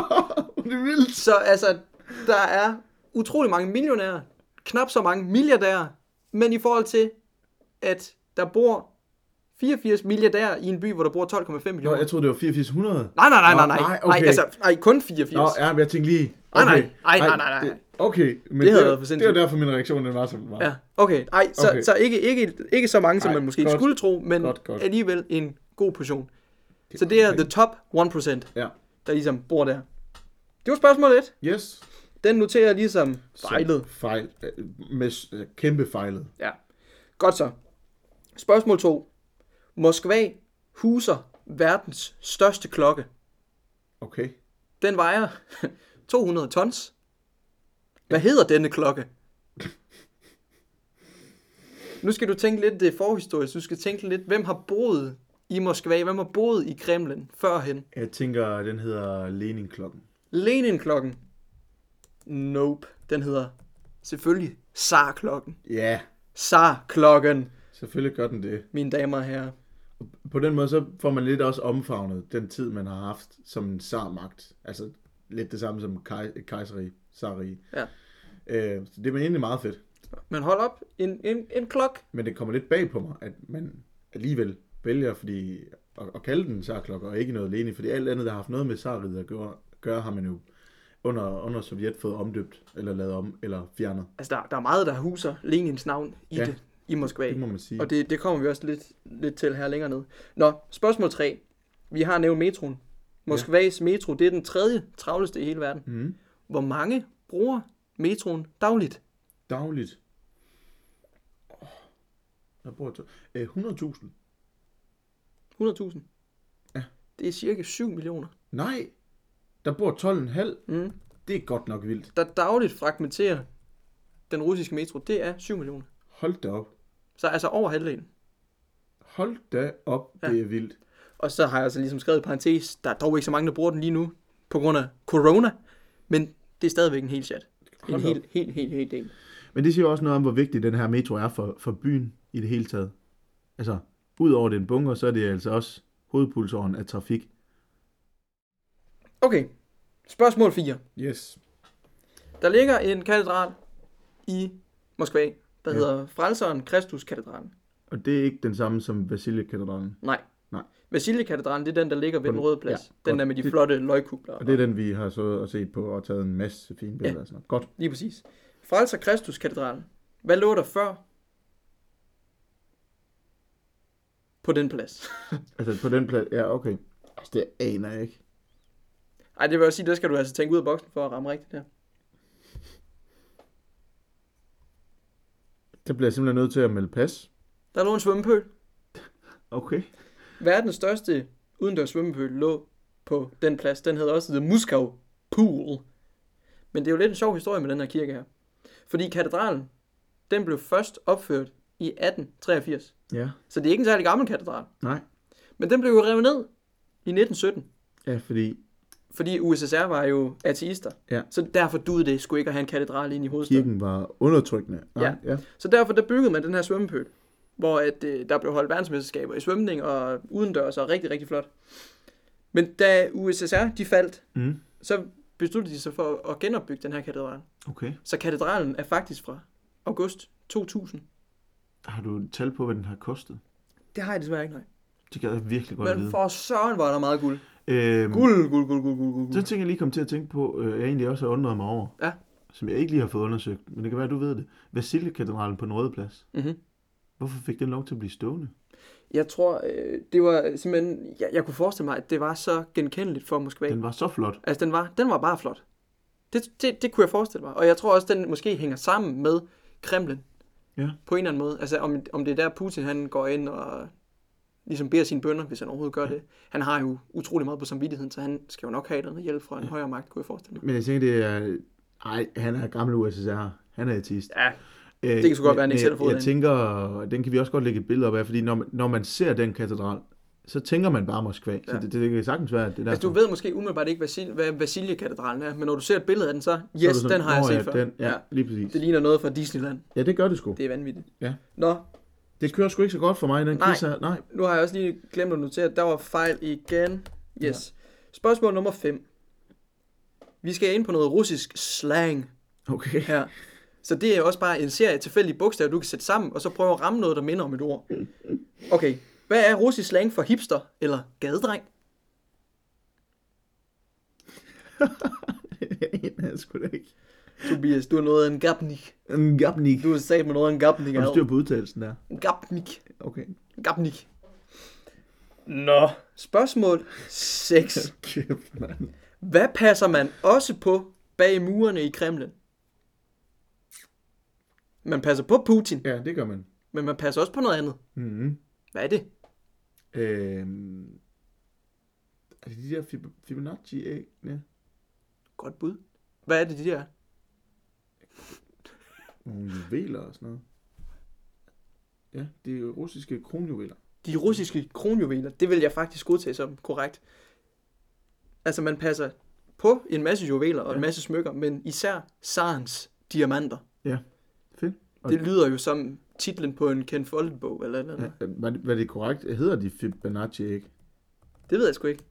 Speaker 1: det er vildt.
Speaker 2: Så altså, der er utrolig mange millionærer, knap så mange milliardærer, men i forhold til, at der bor 84 milliardærer i en by, hvor der bor 12,5
Speaker 1: Nå,
Speaker 2: millioner.
Speaker 1: jeg troede, det var 8400.
Speaker 2: Nej, nej, nej, nej,
Speaker 1: Nå,
Speaker 2: nej.
Speaker 1: nej,
Speaker 2: Nej,
Speaker 1: okay.
Speaker 2: altså, nej, kun 84.
Speaker 1: Nå, ja, men jeg tænkte lige...
Speaker 2: Nej, nej. Ej, nej, nej, nej.
Speaker 1: det- Okay, men
Speaker 2: Det
Speaker 1: det,
Speaker 2: havde været for
Speaker 1: det, det
Speaker 2: sindssygt.
Speaker 1: var derfor, min reaktion den var, som den var.
Speaker 2: Ja, okay. Ej, så, okay.
Speaker 1: Okay.
Speaker 2: så ikke, ikke, ikke så mange, som
Speaker 1: Ej,
Speaker 2: man måske
Speaker 1: godt.
Speaker 2: skulle tro, men
Speaker 1: Godt, godt.
Speaker 2: alligevel en god portion. Så det er the top 1%,
Speaker 1: ja.
Speaker 2: der ligesom bor der. Det var spørgsmål 1.
Speaker 1: Yes.
Speaker 2: Den noterer jeg ligesom
Speaker 1: Så
Speaker 2: fejlet.
Speaker 1: Fejl. øh, Med s- øh, kæmpe fejlet.
Speaker 2: Ja. Godt så. Spørgsmål 2. Moskva huser verdens største klokke.
Speaker 1: Okay.
Speaker 2: Den vejer 200 tons. Hvad hedder denne klokke? Nu skal du tænke lidt det forhistorisk. Du skal tænke lidt, hvem har boet i Moskva? Hvem har boet i Kremlen førhen?
Speaker 1: Jeg tænker, den hedder Lenin-klokken.
Speaker 2: Lenin-klokken? Nope. Den hedder selvfølgelig Tsar-klokken.
Speaker 1: Ja, yeah,
Speaker 2: Tsar-klokken,
Speaker 1: selvfølgelig gør den det.
Speaker 2: mine damer og herrer.
Speaker 1: På den måde, så får man lidt også omfavnet den tid, man har haft som en tsarmagt. Altså lidt det samme som kaj- kejseri, tsarrige.
Speaker 2: Ja.
Speaker 1: Øh, så det er egentlig meget fedt.
Speaker 2: Men hold op, en, en, en klok.
Speaker 1: Men det kommer lidt bag på mig, at man alligevel vælger fordi, at, at kalde den tsarklokke, og ikke noget Lenin, fordi alt andet, der har haft noget med tsarriget at gøre, gør, har man jo under, under Sovjet fået omdøbt, eller lavet om, eller fjernet.
Speaker 2: Altså, der, der er meget, der huser Lenins navn i ja,
Speaker 1: Ja,
Speaker 2: det, i Moskva.
Speaker 1: Det må man sige.
Speaker 2: Og det, det kommer vi også lidt, lidt til her længere ned. Nå, spørgsmål 3. Vi har nævnt metroen. Moskvas ja. metro, det er den tredje travleste i hele verden.
Speaker 1: Mhm.
Speaker 2: Hvor mange bruger metroen dagligt?
Speaker 1: Dagligt. Åh, Der bor to- øh, 100.000.
Speaker 2: 100.000?
Speaker 1: Ja.
Speaker 2: Det er cirka 7 millioner.
Speaker 1: Nej, der bor 12,5.
Speaker 2: Mm.
Speaker 1: Det er godt nok vildt.
Speaker 2: Der dagligt fragmenterer den russiske metro, det er 7 millioner.
Speaker 1: Hold da op.
Speaker 2: Så altså over halvdelen.
Speaker 1: Hold da op, ja. det er vildt.
Speaker 2: Og så har jeg altså ligesom skrevet i parentes, der er dog ikke så mange, der bruger den lige nu, på grund af corona, men det er stadigvæk en hel chat. En
Speaker 1: Hold da
Speaker 2: helt, helt, helt, helt del.
Speaker 1: Men det siger jo også noget om, hvor vigtig den her metro er for, for byen i det hele taget. Altså, udover den bunker, så er det altså også hovedpulsåren af trafik.
Speaker 2: Okay, spørgsmål 4.
Speaker 1: Yes.
Speaker 2: Der ligger en katedral i Moskva, der ja. hedder Frelseren Kristus Katedralen.
Speaker 1: Og det er ikke den samme som Vasiljekatedralen.
Speaker 2: Nej.
Speaker 1: Nej.
Speaker 2: Vasiljekatedralen, det er den, der ligger ved den
Speaker 1: den-
Speaker 2: røde plads.
Speaker 1: ja,
Speaker 2: Ja,
Speaker 1: godt.
Speaker 2: den der med de
Speaker 1: Det-
Speaker 2: flotte løgkugler.
Speaker 1: Og det er den, vi har så og set på og taget en masse fine billeder
Speaker 2: Ja.
Speaker 1: af. Sådan. noget. Godt.
Speaker 2: Lige præcis. Frelser Kristus Katedralen. Hvad lå der før? På på den plads.
Speaker 1: Altså på den plads, ja okay. Altså det aner jeg ikke.
Speaker 2: Ej, det vil også sige, der skal du altså tænke ud af boksen for at ramme rigtigt der.
Speaker 1: Det bliver jeg simpelthen nødt til at melde pas.
Speaker 2: Der lå en svømmepøl.
Speaker 1: Okay.
Speaker 2: Verdens største udendørs svømmepøl lå på den plads. Den hed også The Muscow Pool. Men det er jo lidt en sjov historie med den her kirke her. Fordi katedralen, den blev først opført i 1883.
Speaker 1: Ja,
Speaker 2: Så det er ikke en særlig gammel katedral.
Speaker 1: nej.
Speaker 2: Men den blev jo revet ned i 1917.
Speaker 1: Ja, fordi
Speaker 2: Fordi USSR var jo ateister.
Speaker 1: Ja.
Speaker 2: Så derfor duede det sgu ikke at have en katedral ind i hovedstaden.
Speaker 1: kirken var undertrykkende. Nej,
Speaker 2: Ja.
Speaker 1: ja.
Speaker 2: Så derfor der byggede man den her svømmepøl, hvor at, øh, der blev holdt verdensmesterskaber i svømning og udendørs og rigtig, rigtig flot. Men da USSR de faldt,
Speaker 1: Mm.
Speaker 2: så besluttede de sig for at genopbygge den her katedral.
Speaker 1: Okay.
Speaker 2: Så katedralen er faktisk fra august 2000.
Speaker 1: Har du et tal på, hvad den har kostet?
Speaker 2: Det har jeg desværre ikke, nej.
Speaker 1: Det gad jeg virkelig godt at
Speaker 2: Men
Speaker 1: vide.
Speaker 2: for søren var der meget guld.
Speaker 1: Øhm,
Speaker 2: Guld, guld, guld, guld, guld, guld.
Speaker 1: Så tænker jeg lige kom til at tænke på, øh, jeg egentlig også har undret mig over,
Speaker 2: Ja.
Speaker 1: som jeg ikke lige har fået undersøgt, men det kan være, du ved det. Vasiljekatedralen på den røde plads.
Speaker 2: Mhm.
Speaker 1: Hvorfor fik den lov til at blive stående?
Speaker 2: Jeg tror, øh, det var simpelthen... Jeg, jeg kunne forestille mig, at det var så genkendeligt for Moskva.
Speaker 1: Den var så flot.
Speaker 2: Altså, den var, den var bare flot. Det, det, det kunne jeg forestille mig. Og jeg tror også, den måske hænger sammen med Kremlen.
Speaker 1: Ja.
Speaker 2: På en eller anden måde. Altså, om, om det er der, Putin han går ind og ligesom beder sine bønder, hvis han overhovedet gør ja. det. Han har jo utrolig meget på samvittigheden, så han skal jo nok have et eller andet hjælp fra en ja. højere magt, kunne jeg forestille mig.
Speaker 1: Men jeg tænker, det er... Ej, han er gammel USSR. Han er ateist.
Speaker 2: Ja.
Speaker 1: Øh,
Speaker 2: kan sgu godt være, han
Speaker 1: men
Speaker 2: ikke selv har fået
Speaker 1: Jeg, jeg
Speaker 2: den.
Speaker 1: tænker, den kan vi også godt lægge et billede op af, fordi når, man- når man ser den katedral, så tænker man bare Moskva. Ja. Så
Speaker 2: Ja.
Speaker 1: det, det, kan sagtens være, at det der...
Speaker 2: Altså, du ved måske umiddelbart ikke, Vasil, hvad Vasiljekatedralen er, men når du ser et billede af den, så yes, så den har jeg set før.
Speaker 1: Den, ja, lige præcis.
Speaker 2: Det ligner noget fra Disneyland.
Speaker 1: Ja, det gør det sgu.
Speaker 2: Det er vanvittigt.
Speaker 1: Ja.
Speaker 2: Nå,
Speaker 1: Det kører sgu ikke så godt for mig, den
Speaker 2: Nej.
Speaker 1: quiz her. Nej.
Speaker 2: nu har jeg også lige glemt at notere, at der var fejl igen. Yes. Spørgsmål nummer 5. Vi skal ind på noget russisk slang
Speaker 1: Okay.
Speaker 2: her. Så det er også bare en serie af tilfældige bogstaver, du kan sætte sammen, og så prøve at ramme noget, der minder om et ord. Okay, hvad er russisk slang for hipster eller gadedreng?
Speaker 1: det er jeg sgu da ikke.
Speaker 2: Tobias, du er noget af en gabnik.
Speaker 1: En gabnik.
Speaker 2: Du er sat med noget af en gabnik.
Speaker 1: Har du
Speaker 2: Al.
Speaker 1: styr på udtalelsen der?
Speaker 2: Gabnik.
Speaker 1: Okay.
Speaker 2: Gabnik. Nå. Spørgsmål 6.
Speaker 1: Kæft, mand.
Speaker 2: Hvad passer man også på bag murene i Kremlen? Man passer på Putin,
Speaker 1: Ja, det gør man.
Speaker 2: men man passer også på noget andet.
Speaker 1: Mm-hmm.
Speaker 2: Hvad er det?
Speaker 1: Øhm, er det de der Fib- Fibonacci-æg? Ja.
Speaker 2: Godt bud. Hvad er det, de der? er?
Speaker 1: Nogle juveler og sådan noget. Ja, det er jo russiske kronjuveler.
Speaker 2: De russiske kronjuveler, det vil jeg faktisk godtage som korrekt. Altså, man passer på en masse juveler og en masse smykker, men især Sarens diamanter.
Speaker 1: Ja, fedt. Og,
Speaker 2: Det lyder jo som titlen på en Ken Follett-bog eller noget. Ja.
Speaker 1: ja, var, det, var det korrekt? Hedder de Fibonacci-æg?
Speaker 2: Det ved jeg sgu ikke.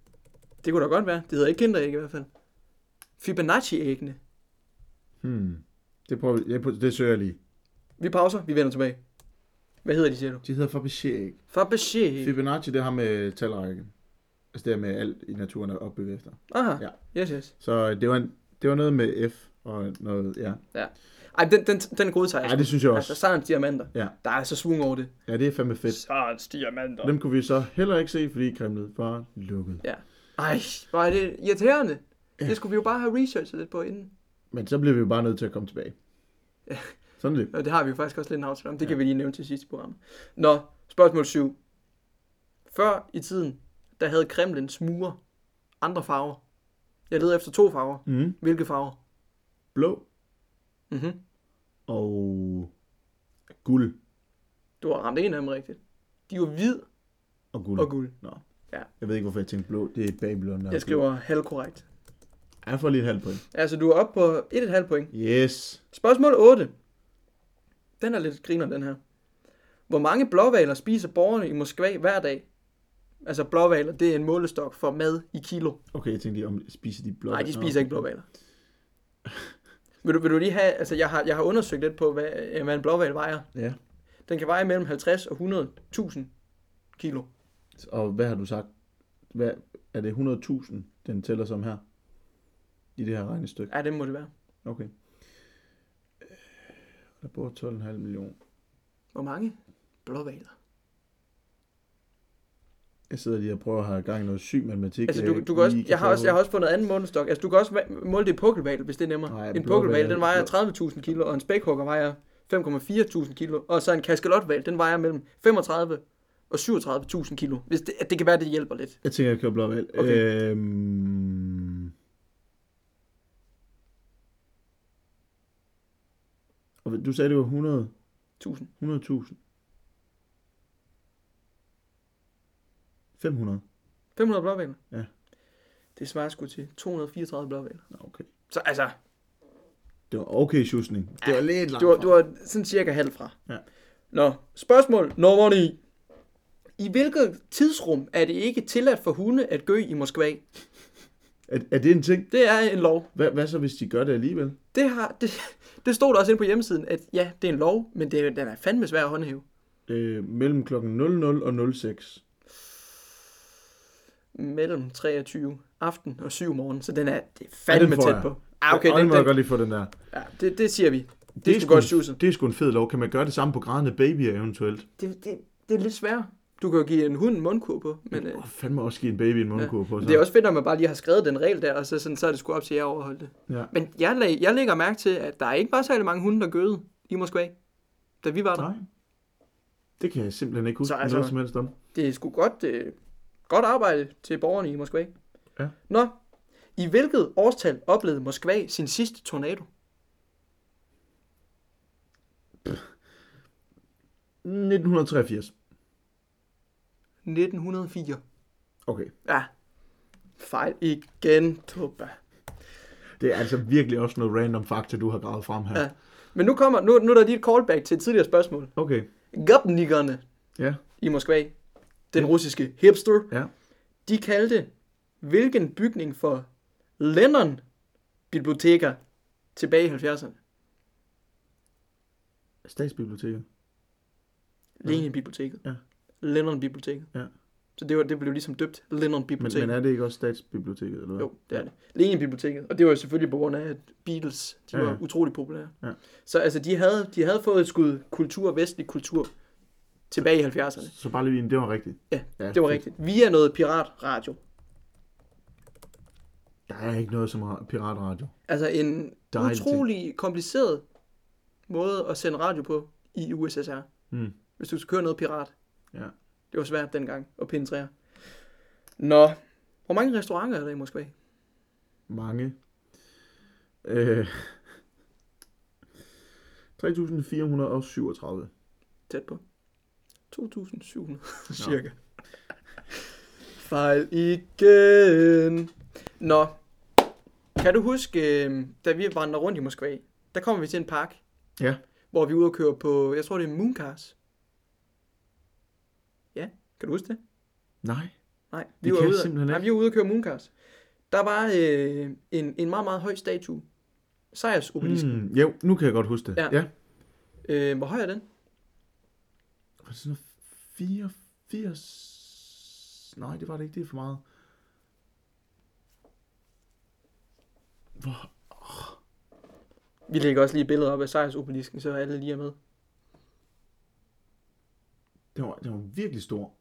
Speaker 2: Det kunne da godt være. Det hedder ikke kinderæg i hvert fald. Fibonacci-æggene.
Speaker 1: Hmm. Det, prøver, jeg, prøver- det søger jeg lige.
Speaker 2: Vi pauser, vi vender tilbage. Hvad hedder de, siger du?
Speaker 1: De hedder Fabergé-æg.
Speaker 2: Fabergé.
Speaker 1: Fibonacci, det har med talrækken. Altså det er med alt i naturen at opbygge efter.
Speaker 2: Aha,
Speaker 1: Ja.
Speaker 2: ja. yes, yes.
Speaker 1: Så øh, det var, en, det var noget med F og noget, ja.
Speaker 2: Ej, den, den, den gode tager jeg
Speaker 1: Ja, det
Speaker 2: sgu.
Speaker 1: synes jeg
Speaker 2: Altså,
Speaker 1: også.
Speaker 2: Sarens diamanter.
Speaker 1: Ja.
Speaker 2: Der er altså svung over det.
Speaker 1: Ja, det er fandme fedt.
Speaker 2: Sarens diamanter.
Speaker 1: Dem kunne vi så heller ikke se, fordi Kremlet var lukket.
Speaker 2: Ja. Ej, hvor er det irriterende. Det skulle vi jo bare have researchet lidt på inden.
Speaker 1: Men så blev vi jo bare nødt til at komme tilbage. Sådan er det.
Speaker 2: Og det har vi jo faktisk også lidt en aftale om. Det kan vi lige nævne til sidste program. Nå, spørgsmål 7. Før i tiden, der havde Kremlens mure andre farver. Jeg leder efter to farver.
Speaker 1: Mm.
Speaker 2: Hvilke farver?
Speaker 1: Blå
Speaker 2: Mhm.
Speaker 1: og guld
Speaker 2: Du har ramt en af dem rigtigt. De var hvid
Speaker 1: og guld.
Speaker 2: og guld.
Speaker 1: Nå.
Speaker 2: Ja.
Speaker 1: Jeg ved ikke, hvorfor jeg tænkte blå. Det er Babylon. Der er
Speaker 2: Jeg skriver halvkorrekt.
Speaker 1: guld. Jeg får lige et halvt point.
Speaker 2: Altså, du er oppe på 1,5 point.
Speaker 1: Yes.
Speaker 2: Spørgsmål 8. Den er lidt griner, den her. Hvor mange blåvaler spiser borgerne i Moskva hver dag? Altså, blåvaler, det er en målestok for mad i kilo.
Speaker 1: Okay, jeg tænkte lige om, spiser de blå?
Speaker 2: Nej, de spiser ikke blåvaler. Vil du, vil du lige have... Altså, jeg har, jeg har undersøgt lidt på, hvad, øh, hvad en blåval vejer.
Speaker 1: Ja.
Speaker 2: Den kan veje mellem 50 og 100.000 kilo.
Speaker 1: Og hvad har du sagt? Hvad, er det 100.000, den tæller som her? I det her regnestykke?
Speaker 2: Ja, det må det være.
Speaker 1: Okay. Øh, Der bor 12,5 millioner.
Speaker 2: Hvor mange blåvaler?
Speaker 1: Jeg sidder lige og prøver at have gang i noget syg matematik.
Speaker 2: Altså,
Speaker 1: jeg
Speaker 2: du,
Speaker 1: ikke
Speaker 2: du kan også,
Speaker 1: lige
Speaker 2: jeg, har
Speaker 1: få
Speaker 2: også,
Speaker 1: ud.
Speaker 2: jeg har også fundet anden månedstok. Altså, du kan også va- måle det i pukkelval, hvis det er nemmere.
Speaker 1: Nej,
Speaker 2: Nej, en
Speaker 1: blåhval-
Speaker 2: pukkelval, den vejer 30.000 kilo, og en spækhugger vejer 5,4.000 kilo. Og så en kaskelotval, den vejer mellem 35 og 37.000 kilo. Hvis det, det kan være, det hjælper lidt.
Speaker 1: Jeg tænker, jeg kører blåvalg.
Speaker 2: Okay.
Speaker 1: Øhm... Og du sagde, det var 100
Speaker 2: 1000.
Speaker 1: 100.000. 500.
Speaker 2: 500 blåvaler?
Speaker 1: Ja.
Speaker 2: Det svarer sgu til 234 blåvaler.
Speaker 1: Nå, okay.
Speaker 2: Så altså,
Speaker 1: Ah. Det var okay sjusning. Det var lidt langt
Speaker 2: du var,
Speaker 1: fra.
Speaker 2: du var sådan cirka halv fra.
Speaker 1: Ja.
Speaker 2: Nå, spørgsmål nummer 9. I hvilket tidsrum er det ikke tilladt for hunde at gø i Moskva?
Speaker 1: Er, er det en ting?
Speaker 2: Det er en lov.
Speaker 1: Hvad, hvad så, hvis de gør det alligevel?
Speaker 2: Det, har, det, det stod der også inde på hjemmesiden, at ja, det er en lov, men det, er- den er fandme svær at håndhæve.
Speaker 1: Øh, mellem klokken 00 og 06.
Speaker 2: Mellem 23 aften og 7 morgen, så den er, det er
Speaker 1: Ja,
Speaker 2: fandme
Speaker 1: den får
Speaker 2: tæt
Speaker 1: jeg.
Speaker 2: på. Ah, okay,
Speaker 1: og den
Speaker 2: den,
Speaker 1: må jeg
Speaker 2: den,
Speaker 1: godt lige få den der.
Speaker 2: ja, det, det siger vi. Det,
Speaker 1: Det
Speaker 2: det
Speaker 1: er
Speaker 2: er
Speaker 1: sgu
Speaker 2: godt
Speaker 1: en-
Speaker 2: sjuse.
Speaker 1: Det er sgu en fed lov. Kan man gøre det samme på grædende babyer eventuelt?
Speaker 2: Det, det, det er lidt sværere. Du kan jo give en hund en mundkur på, men... Øh,
Speaker 1: Åh, fandme også give en baby en mundkur på. Så.
Speaker 2: Det er også fedt, når man bare lige har skrevet den regel der, og så, sådan, så er det sgu op til jer at overholde det.
Speaker 1: Ja.
Speaker 2: Men jeg, lag, jeg lægger mærke til, at der ikke var særlig mange hunde, der gøde i Moskva, da vi var der.
Speaker 1: Nej. Det kan jeg simpelthen ikke huske
Speaker 2: Så
Speaker 1: så, altså...
Speaker 2: altså-
Speaker 1: noget som helst om.
Speaker 2: Det er sgu godt, øh, godt arbejde til borgerne i Moskva.
Speaker 1: Ja.
Speaker 2: Nå, i hvilket årstal oplevede Moskva sin sidste tornado? Det
Speaker 1: 1983.
Speaker 2: 1904.
Speaker 1: Okay.
Speaker 2: Ja, fejl igen, Tuppa.
Speaker 1: Det er altså virkelig også noget random fakta, du har gravet frem her.
Speaker 2: Ja. Men nu, kommer, nu, nu er der lige et callback til et tidligere spørgsmål.
Speaker 1: Okay.
Speaker 2: Gopnikerne
Speaker 1: Ja.
Speaker 2: i Moskva, den russiske hipster,
Speaker 1: Ja.
Speaker 2: de kaldte hvilken bygning for Lennon biblioteker tilbage i 70'erne?
Speaker 1: Statsbiblioteket.
Speaker 2: Lenin biblioteket.
Speaker 1: Ja.
Speaker 2: Lennon biblioteket.
Speaker 1: Ja.
Speaker 2: Så det, var, det blev ligesom døbt Lennon
Speaker 1: Men,
Speaker 2: biblioteket.
Speaker 1: men er det ikke også statsbiblioteket, eller hvad?
Speaker 2: Jo, det er det. Lenin biblioteket. Og det var jo selvfølgelig på grund af, at Beatles de
Speaker 1: Ja,
Speaker 2: var
Speaker 1: ja.
Speaker 2: utrolig populære.
Speaker 1: Ja.
Speaker 2: Så altså, de havde, de havde fået et skud kultur, vestlig kultur tilbage i 70'erne.
Speaker 1: Så bare lige en, det var rigtigt.
Speaker 2: Ja,
Speaker 1: Ja,
Speaker 2: det var
Speaker 1: fedt.
Speaker 2: rigtigt. Via noget piratradio.
Speaker 1: Der er ikke noget som ra- piratradio.
Speaker 2: Altså en
Speaker 1: Dejligt ting.
Speaker 2: utrolig kompliceret måde at sende radio på i USSR.
Speaker 1: Mm.
Speaker 2: Hvis du skulle køre noget pirat.
Speaker 1: Ja.
Speaker 2: Det var svært dengang at penetrere. Nå, hvor mange restauranter er der i Moskva?
Speaker 1: Mange. Øh, 3.437.
Speaker 2: Tæt på. 2.700 cirka. Fejl igen. Nå, kan du huske, øh, da vi vandrer rundt i Moskva, der kommer vi til en park,
Speaker 1: Ja.
Speaker 2: hvor vi er ude og køre på, jeg tror det er Mooncars. Ja, kan du huske det?
Speaker 1: Nej.
Speaker 2: Nej, vi
Speaker 1: Det
Speaker 2: var,
Speaker 1: kan jeg
Speaker 2: ude,
Speaker 1: simpelthen
Speaker 2: nej,
Speaker 1: ikke.
Speaker 2: vi var ude at køre Mooncars. Der var øh, en, en meget, meget høj statue. Sejers obelisk. Mm.
Speaker 1: Mm, jo, nu kan jeg godt huske det.
Speaker 2: Ja.
Speaker 1: ja. Mm.
Speaker 2: Øh, hvor høj er den?
Speaker 1: Var det sådan noget 84? Nej, det var det ikke. Det er for meget. Hvor...
Speaker 2: Vi lægger også lige billeder op af Sejers obelisken, så alle lige er med.
Speaker 1: Den var, den var virkelig stor.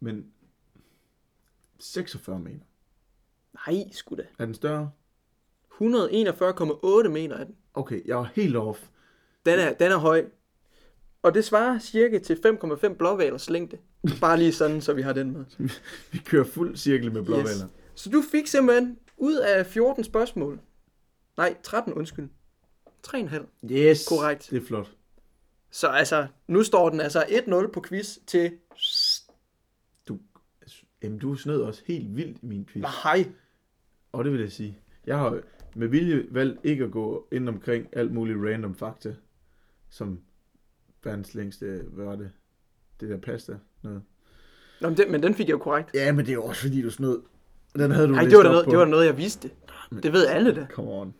Speaker 1: Men 46 meter.
Speaker 2: Nej, sgu da.
Speaker 1: Er den større?
Speaker 2: 141,8 meter er den.
Speaker 1: Okay, jeg var helt off.
Speaker 2: Den er, den er høj. Og det svarer cirka til 5,5 blåvalers længde. Bare lige sådan, så vi har den med.
Speaker 1: Vi kører fuld cirkel med blåvaler. Yes.
Speaker 2: Så du fik simpelthen ud af 14 spørgsmål. Nej, 13 undskyld. 3,5.
Speaker 1: yes.
Speaker 2: Korrekt.
Speaker 1: Det er flot.
Speaker 2: Så altså, nu står den altså 1-0 på quiz til...
Speaker 1: Du, jamen, du snød os helt vildt i min quiz.
Speaker 2: Nej,
Speaker 1: Og det vil jeg sige. Jeg har med vilje valgt ikke at gå ind omkring alt muligt random fakta, som verdens længste, hvad var det? Det der pasta noget.
Speaker 2: Nå, men, den, men den fik jeg jo korrekt.
Speaker 1: Ja, men det er jo også fordi, du snød. Den havde du
Speaker 2: Nej,
Speaker 1: læst
Speaker 2: det var, da
Speaker 1: op
Speaker 2: noget,
Speaker 1: på.
Speaker 2: det var da noget, jeg vidste. Det ved alle da.
Speaker 1: Come on.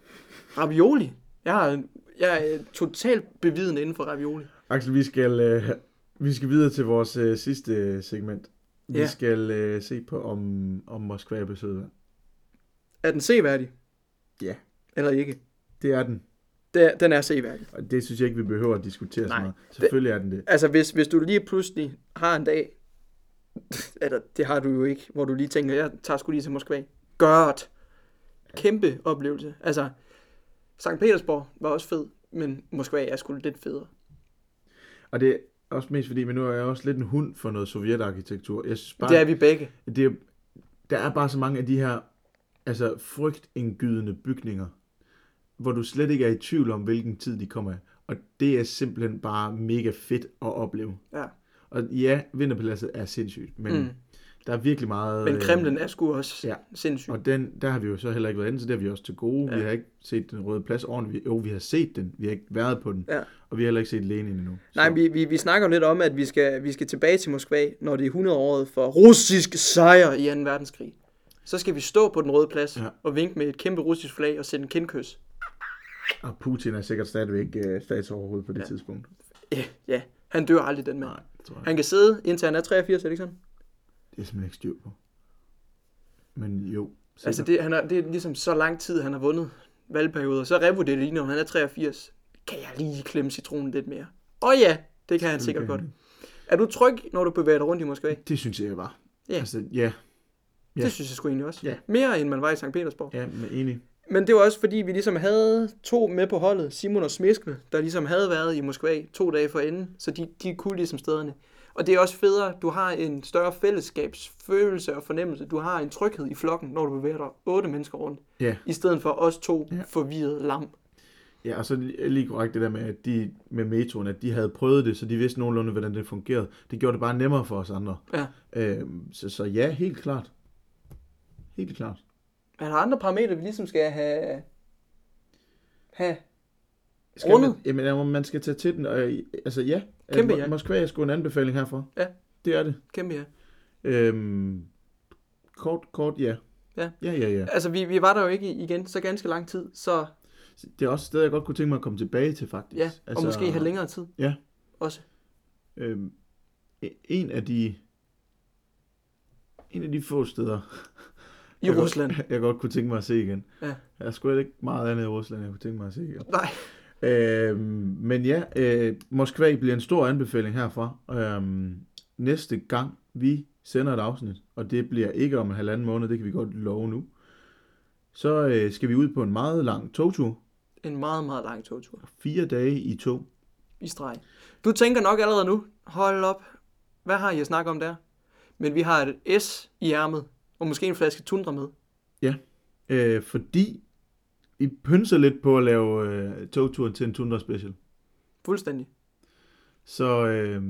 Speaker 2: Ravioli. Jeg er, jeg er totalt bevidende inden for ravioli.
Speaker 1: Axel, vi skal, øh, vi skal videre til vores øh, sidste segment. Vi
Speaker 2: Ja.
Speaker 1: ja. skal øh, se på, om, om Moskva er besøget.
Speaker 2: Er den seværdig?
Speaker 1: Ja.
Speaker 2: Eller ikke?
Speaker 1: Det er den.
Speaker 2: Det er, den er seværdig.
Speaker 1: Og det synes jeg ikke, vi behøver at diskutere så
Speaker 2: Nej,
Speaker 1: meget. Selvfølgelig er den det.
Speaker 2: Altså, hvis, hvis du lige pludselig har en dag, Eller, det har du jo ikke, hvor du lige tænker, jeg tager sgu lige til Moskva. Godt. Kæmpe oplevelse. Altså, Sankt Petersborg var også fed, men Moskva er sgu lidt federe.
Speaker 1: Og det er også mest fordi, men nu er jeg også lidt en hund for noget sovjetarkitektur. Jeg synes bare,
Speaker 2: Det er vi begge.
Speaker 1: det, er- der er bare så mange af de her altså frygtindgydende bygninger, hvor du slet ikke er i tvivl om, hvilken tid de kommer af. Og det er simpelthen bare mega fedt at opleve.
Speaker 2: Ja.
Speaker 1: Og ja, Vinterpaladset er sindssygt, men mm.
Speaker 2: Mm.
Speaker 1: der er virkelig meget...
Speaker 2: Men
Speaker 1: øh,
Speaker 2: Kremlen er sgu også
Speaker 1: ja.
Speaker 2: ja. sindssyg.
Speaker 1: Og den, der har vi jo så heller ikke været inde, så det har vi også til gode. Ja. Vi har ikke set den røde plads ordentligt. Vi- Jo, vi har set den. Vi har ikke været på den.
Speaker 2: Ja.
Speaker 1: Og vi har heller ikke set Lenin endnu.
Speaker 2: Nej,
Speaker 1: så.
Speaker 2: vi, vi, vi snakker jo lidt om, at vi skal, vi skal tilbage til Moskva, når det er 100 året for russisk sejr i 2. verdenskrig. Så skal vi stå på den røde plads
Speaker 1: Ja.
Speaker 2: ja. og vinke med et kæmpe russisk flag og sætte en kindkys.
Speaker 1: Og Putin er sikkert stadigvæk øh, statsoverhoved på det ja. tidspunkt.
Speaker 2: Ja, ja, han dør aldrig, den mand.
Speaker 1: Nej, det tror jeg.
Speaker 2: Han kan sidde indtil han er 83, er det ikke sådan?
Speaker 1: Det er simpelthen ikke styr på. Men jo. Sikkert.
Speaker 2: Altså, det, han er, det er ligesom så lang tid, han har vundet valgperioder. Så revurderer det lige, når han er 83. Kan jeg lige klemme citronen lidt mere? Og ja, det kan han sikkert
Speaker 1: kan
Speaker 2: godt.
Speaker 1: han
Speaker 2: Er du tryg, når du bevæger dig rundt i Moskva?
Speaker 1: det synes jeg var.
Speaker 2: Ja.
Speaker 1: Altså, ja. Ja.
Speaker 2: Det synes jeg sgu egentlig også.
Speaker 1: Ja.
Speaker 2: Mere end man var i St. Petersborg.
Speaker 1: Ja, men enig.
Speaker 2: Men det var også fordi, vi ligesom havde to med på holdet, Simon og Smiskle, der ligesom havde været i Moskva to dage forinden, så de, de kunne ligesom stederne. Og det er også federe, du har en større fællesskabsfølelse og fornemmelse, du har en tryghed i flokken, når du bevæger dig otte mennesker rundt,
Speaker 1: Ja.
Speaker 2: i stedet for os to
Speaker 1: Ja.
Speaker 2: ja. forvirrede lam.
Speaker 1: Ja, og så lige lige korrekt det der med, at de, med metroen, at de havde prøvet det, så de vidste nogenlunde, hvordan det fungerede. Det gjorde det bare nemmere for os andre.
Speaker 2: Ja.
Speaker 1: Øhm, så, så ja, helt klart. Helt klart.
Speaker 2: Er der andre parametre, vi ligesom skal have... have?
Speaker 1: Skal
Speaker 2: Rundet?
Speaker 1: Man, jamen, ja, man skal tage til den. Og, altså ja,
Speaker 2: Kæmpe
Speaker 1: Mo-
Speaker 2: ja.
Speaker 1: Moskva er sgu en anbefaling herfra.
Speaker 2: Ja.
Speaker 1: Det er det.
Speaker 2: Kæmpe ja.
Speaker 1: Øhm, kort, kort ja.
Speaker 2: Ja.
Speaker 1: Ja, ja, ja.
Speaker 2: Altså, vi, vi var der jo ikke igen så ganske lang tid, så
Speaker 1: Det er også et sted, jeg godt kunne tænke mig at komme tilbage til, faktisk. Altså,
Speaker 2: ja, og måske have længere tid
Speaker 1: Ja.
Speaker 2: også.
Speaker 1: Øhm, e- en af de en af de få steder
Speaker 2: I
Speaker 1: jeg
Speaker 2: Rusland.
Speaker 1: godt, jeg godt kunne tænke mig at se igen.
Speaker 2: Ja.
Speaker 1: Der er sgu heller ikke meget andet i Rusland, jeg kunne tænke mig at se igen.
Speaker 2: Nej.
Speaker 1: Øhm, men ja, øh, Moskva bliver en stor anbefaling herfra. Øhm, næste gang vi sender et afsnit, og det bliver ikke om en halvanden måned, det kan vi godt love nu, så øh, skal vi ud på en meget lang togtur.
Speaker 2: En meget, meget lang togtur.
Speaker 1: Fire dage i tog.
Speaker 2: i streg. Du tænker nok allerede nu, hold op, hvad har I at snakke om der? Men vi har et S i ærmet, og måske en flaske tundra med.
Speaker 1: Øh, fordi vi pynser lidt på at lave øh, togturen til en Tundra Special.
Speaker 2: Fuldstændig.
Speaker 1: Så øh,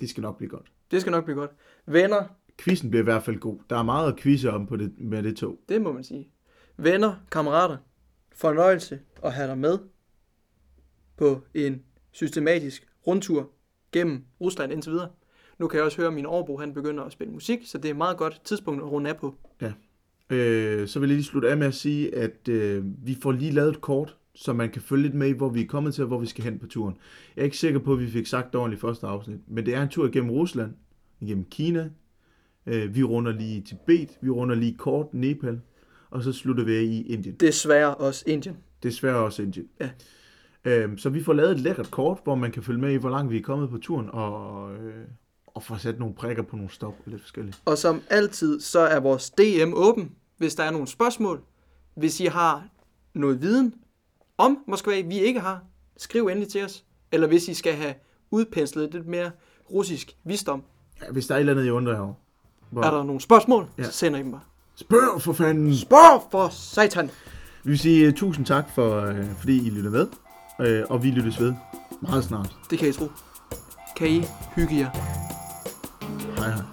Speaker 1: det skal nok blive godt.
Speaker 2: Det skal nok blive godt. Venner,
Speaker 1: Quizzen bliver i hvert fald god. Der er meget at quizze om på det, med det tog.
Speaker 2: det må man sige. Venner, kammerater, fornøjelse at have dig med på en systematisk rundtur gennem Rusland indtil videre. Nu kan jeg også høre, at min overbo han begynder at spille musik, så det er et meget godt tidspunkt at runde af på.
Speaker 1: Øh, så vil jeg lige slutte af med at sige, at øh, vi får lige lavet et kort, så man kan følge lidt med i, hvor vi er kommet til, og hvor vi skal hen på turen. Jeg er ikke sikker på, at vi fik sagt det ordentligt i første afsnit, men det er en tur gennem Rusland, gennem Kina, øh, vi runder lige Tibet, vi runder lige kort Nepal, og så slutter vi af i Indien.
Speaker 2: Desværre også Indien.
Speaker 1: Desværre også Indien.
Speaker 2: Ja.
Speaker 1: Øhm, så vi får lavet et lækkert kort, hvor man kan følge med i, hvor langt vi er kommet på turen, og, øh, og få sat nogle prikker på nogle stop og lidt forskelligt.
Speaker 2: Og som altid, så er vores DM åben, hvis der er nogle spørgsmål. Hvis I har noget viden om Moskva, vi ikke har, skriv endelig til os. Eller hvis I skal have udpenslet lidt mere russisk visdom,
Speaker 1: Ja, hvis der er et eller andet, I undrer herovre. Hvor...
Speaker 2: er der nogle spørgsmål,
Speaker 1: Ja.
Speaker 2: ja. så sender I dem bare.
Speaker 1: Spørg for fanden!
Speaker 2: Spørg for satan!
Speaker 1: Vi vil sige uh, tusind tak, for, uh, fordi I lytter med, uh, og vi lyttes ved meget snart.
Speaker 2: Det kan I tro. Kan I hygge jer?
Speaker 1: Hej hej.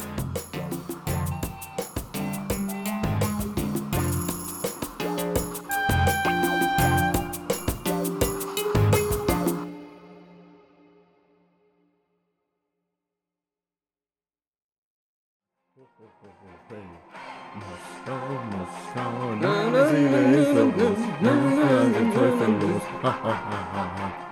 Speaker 4: Moscow, now the sea is the most, now the turf and most. Ha ha ha ha ha.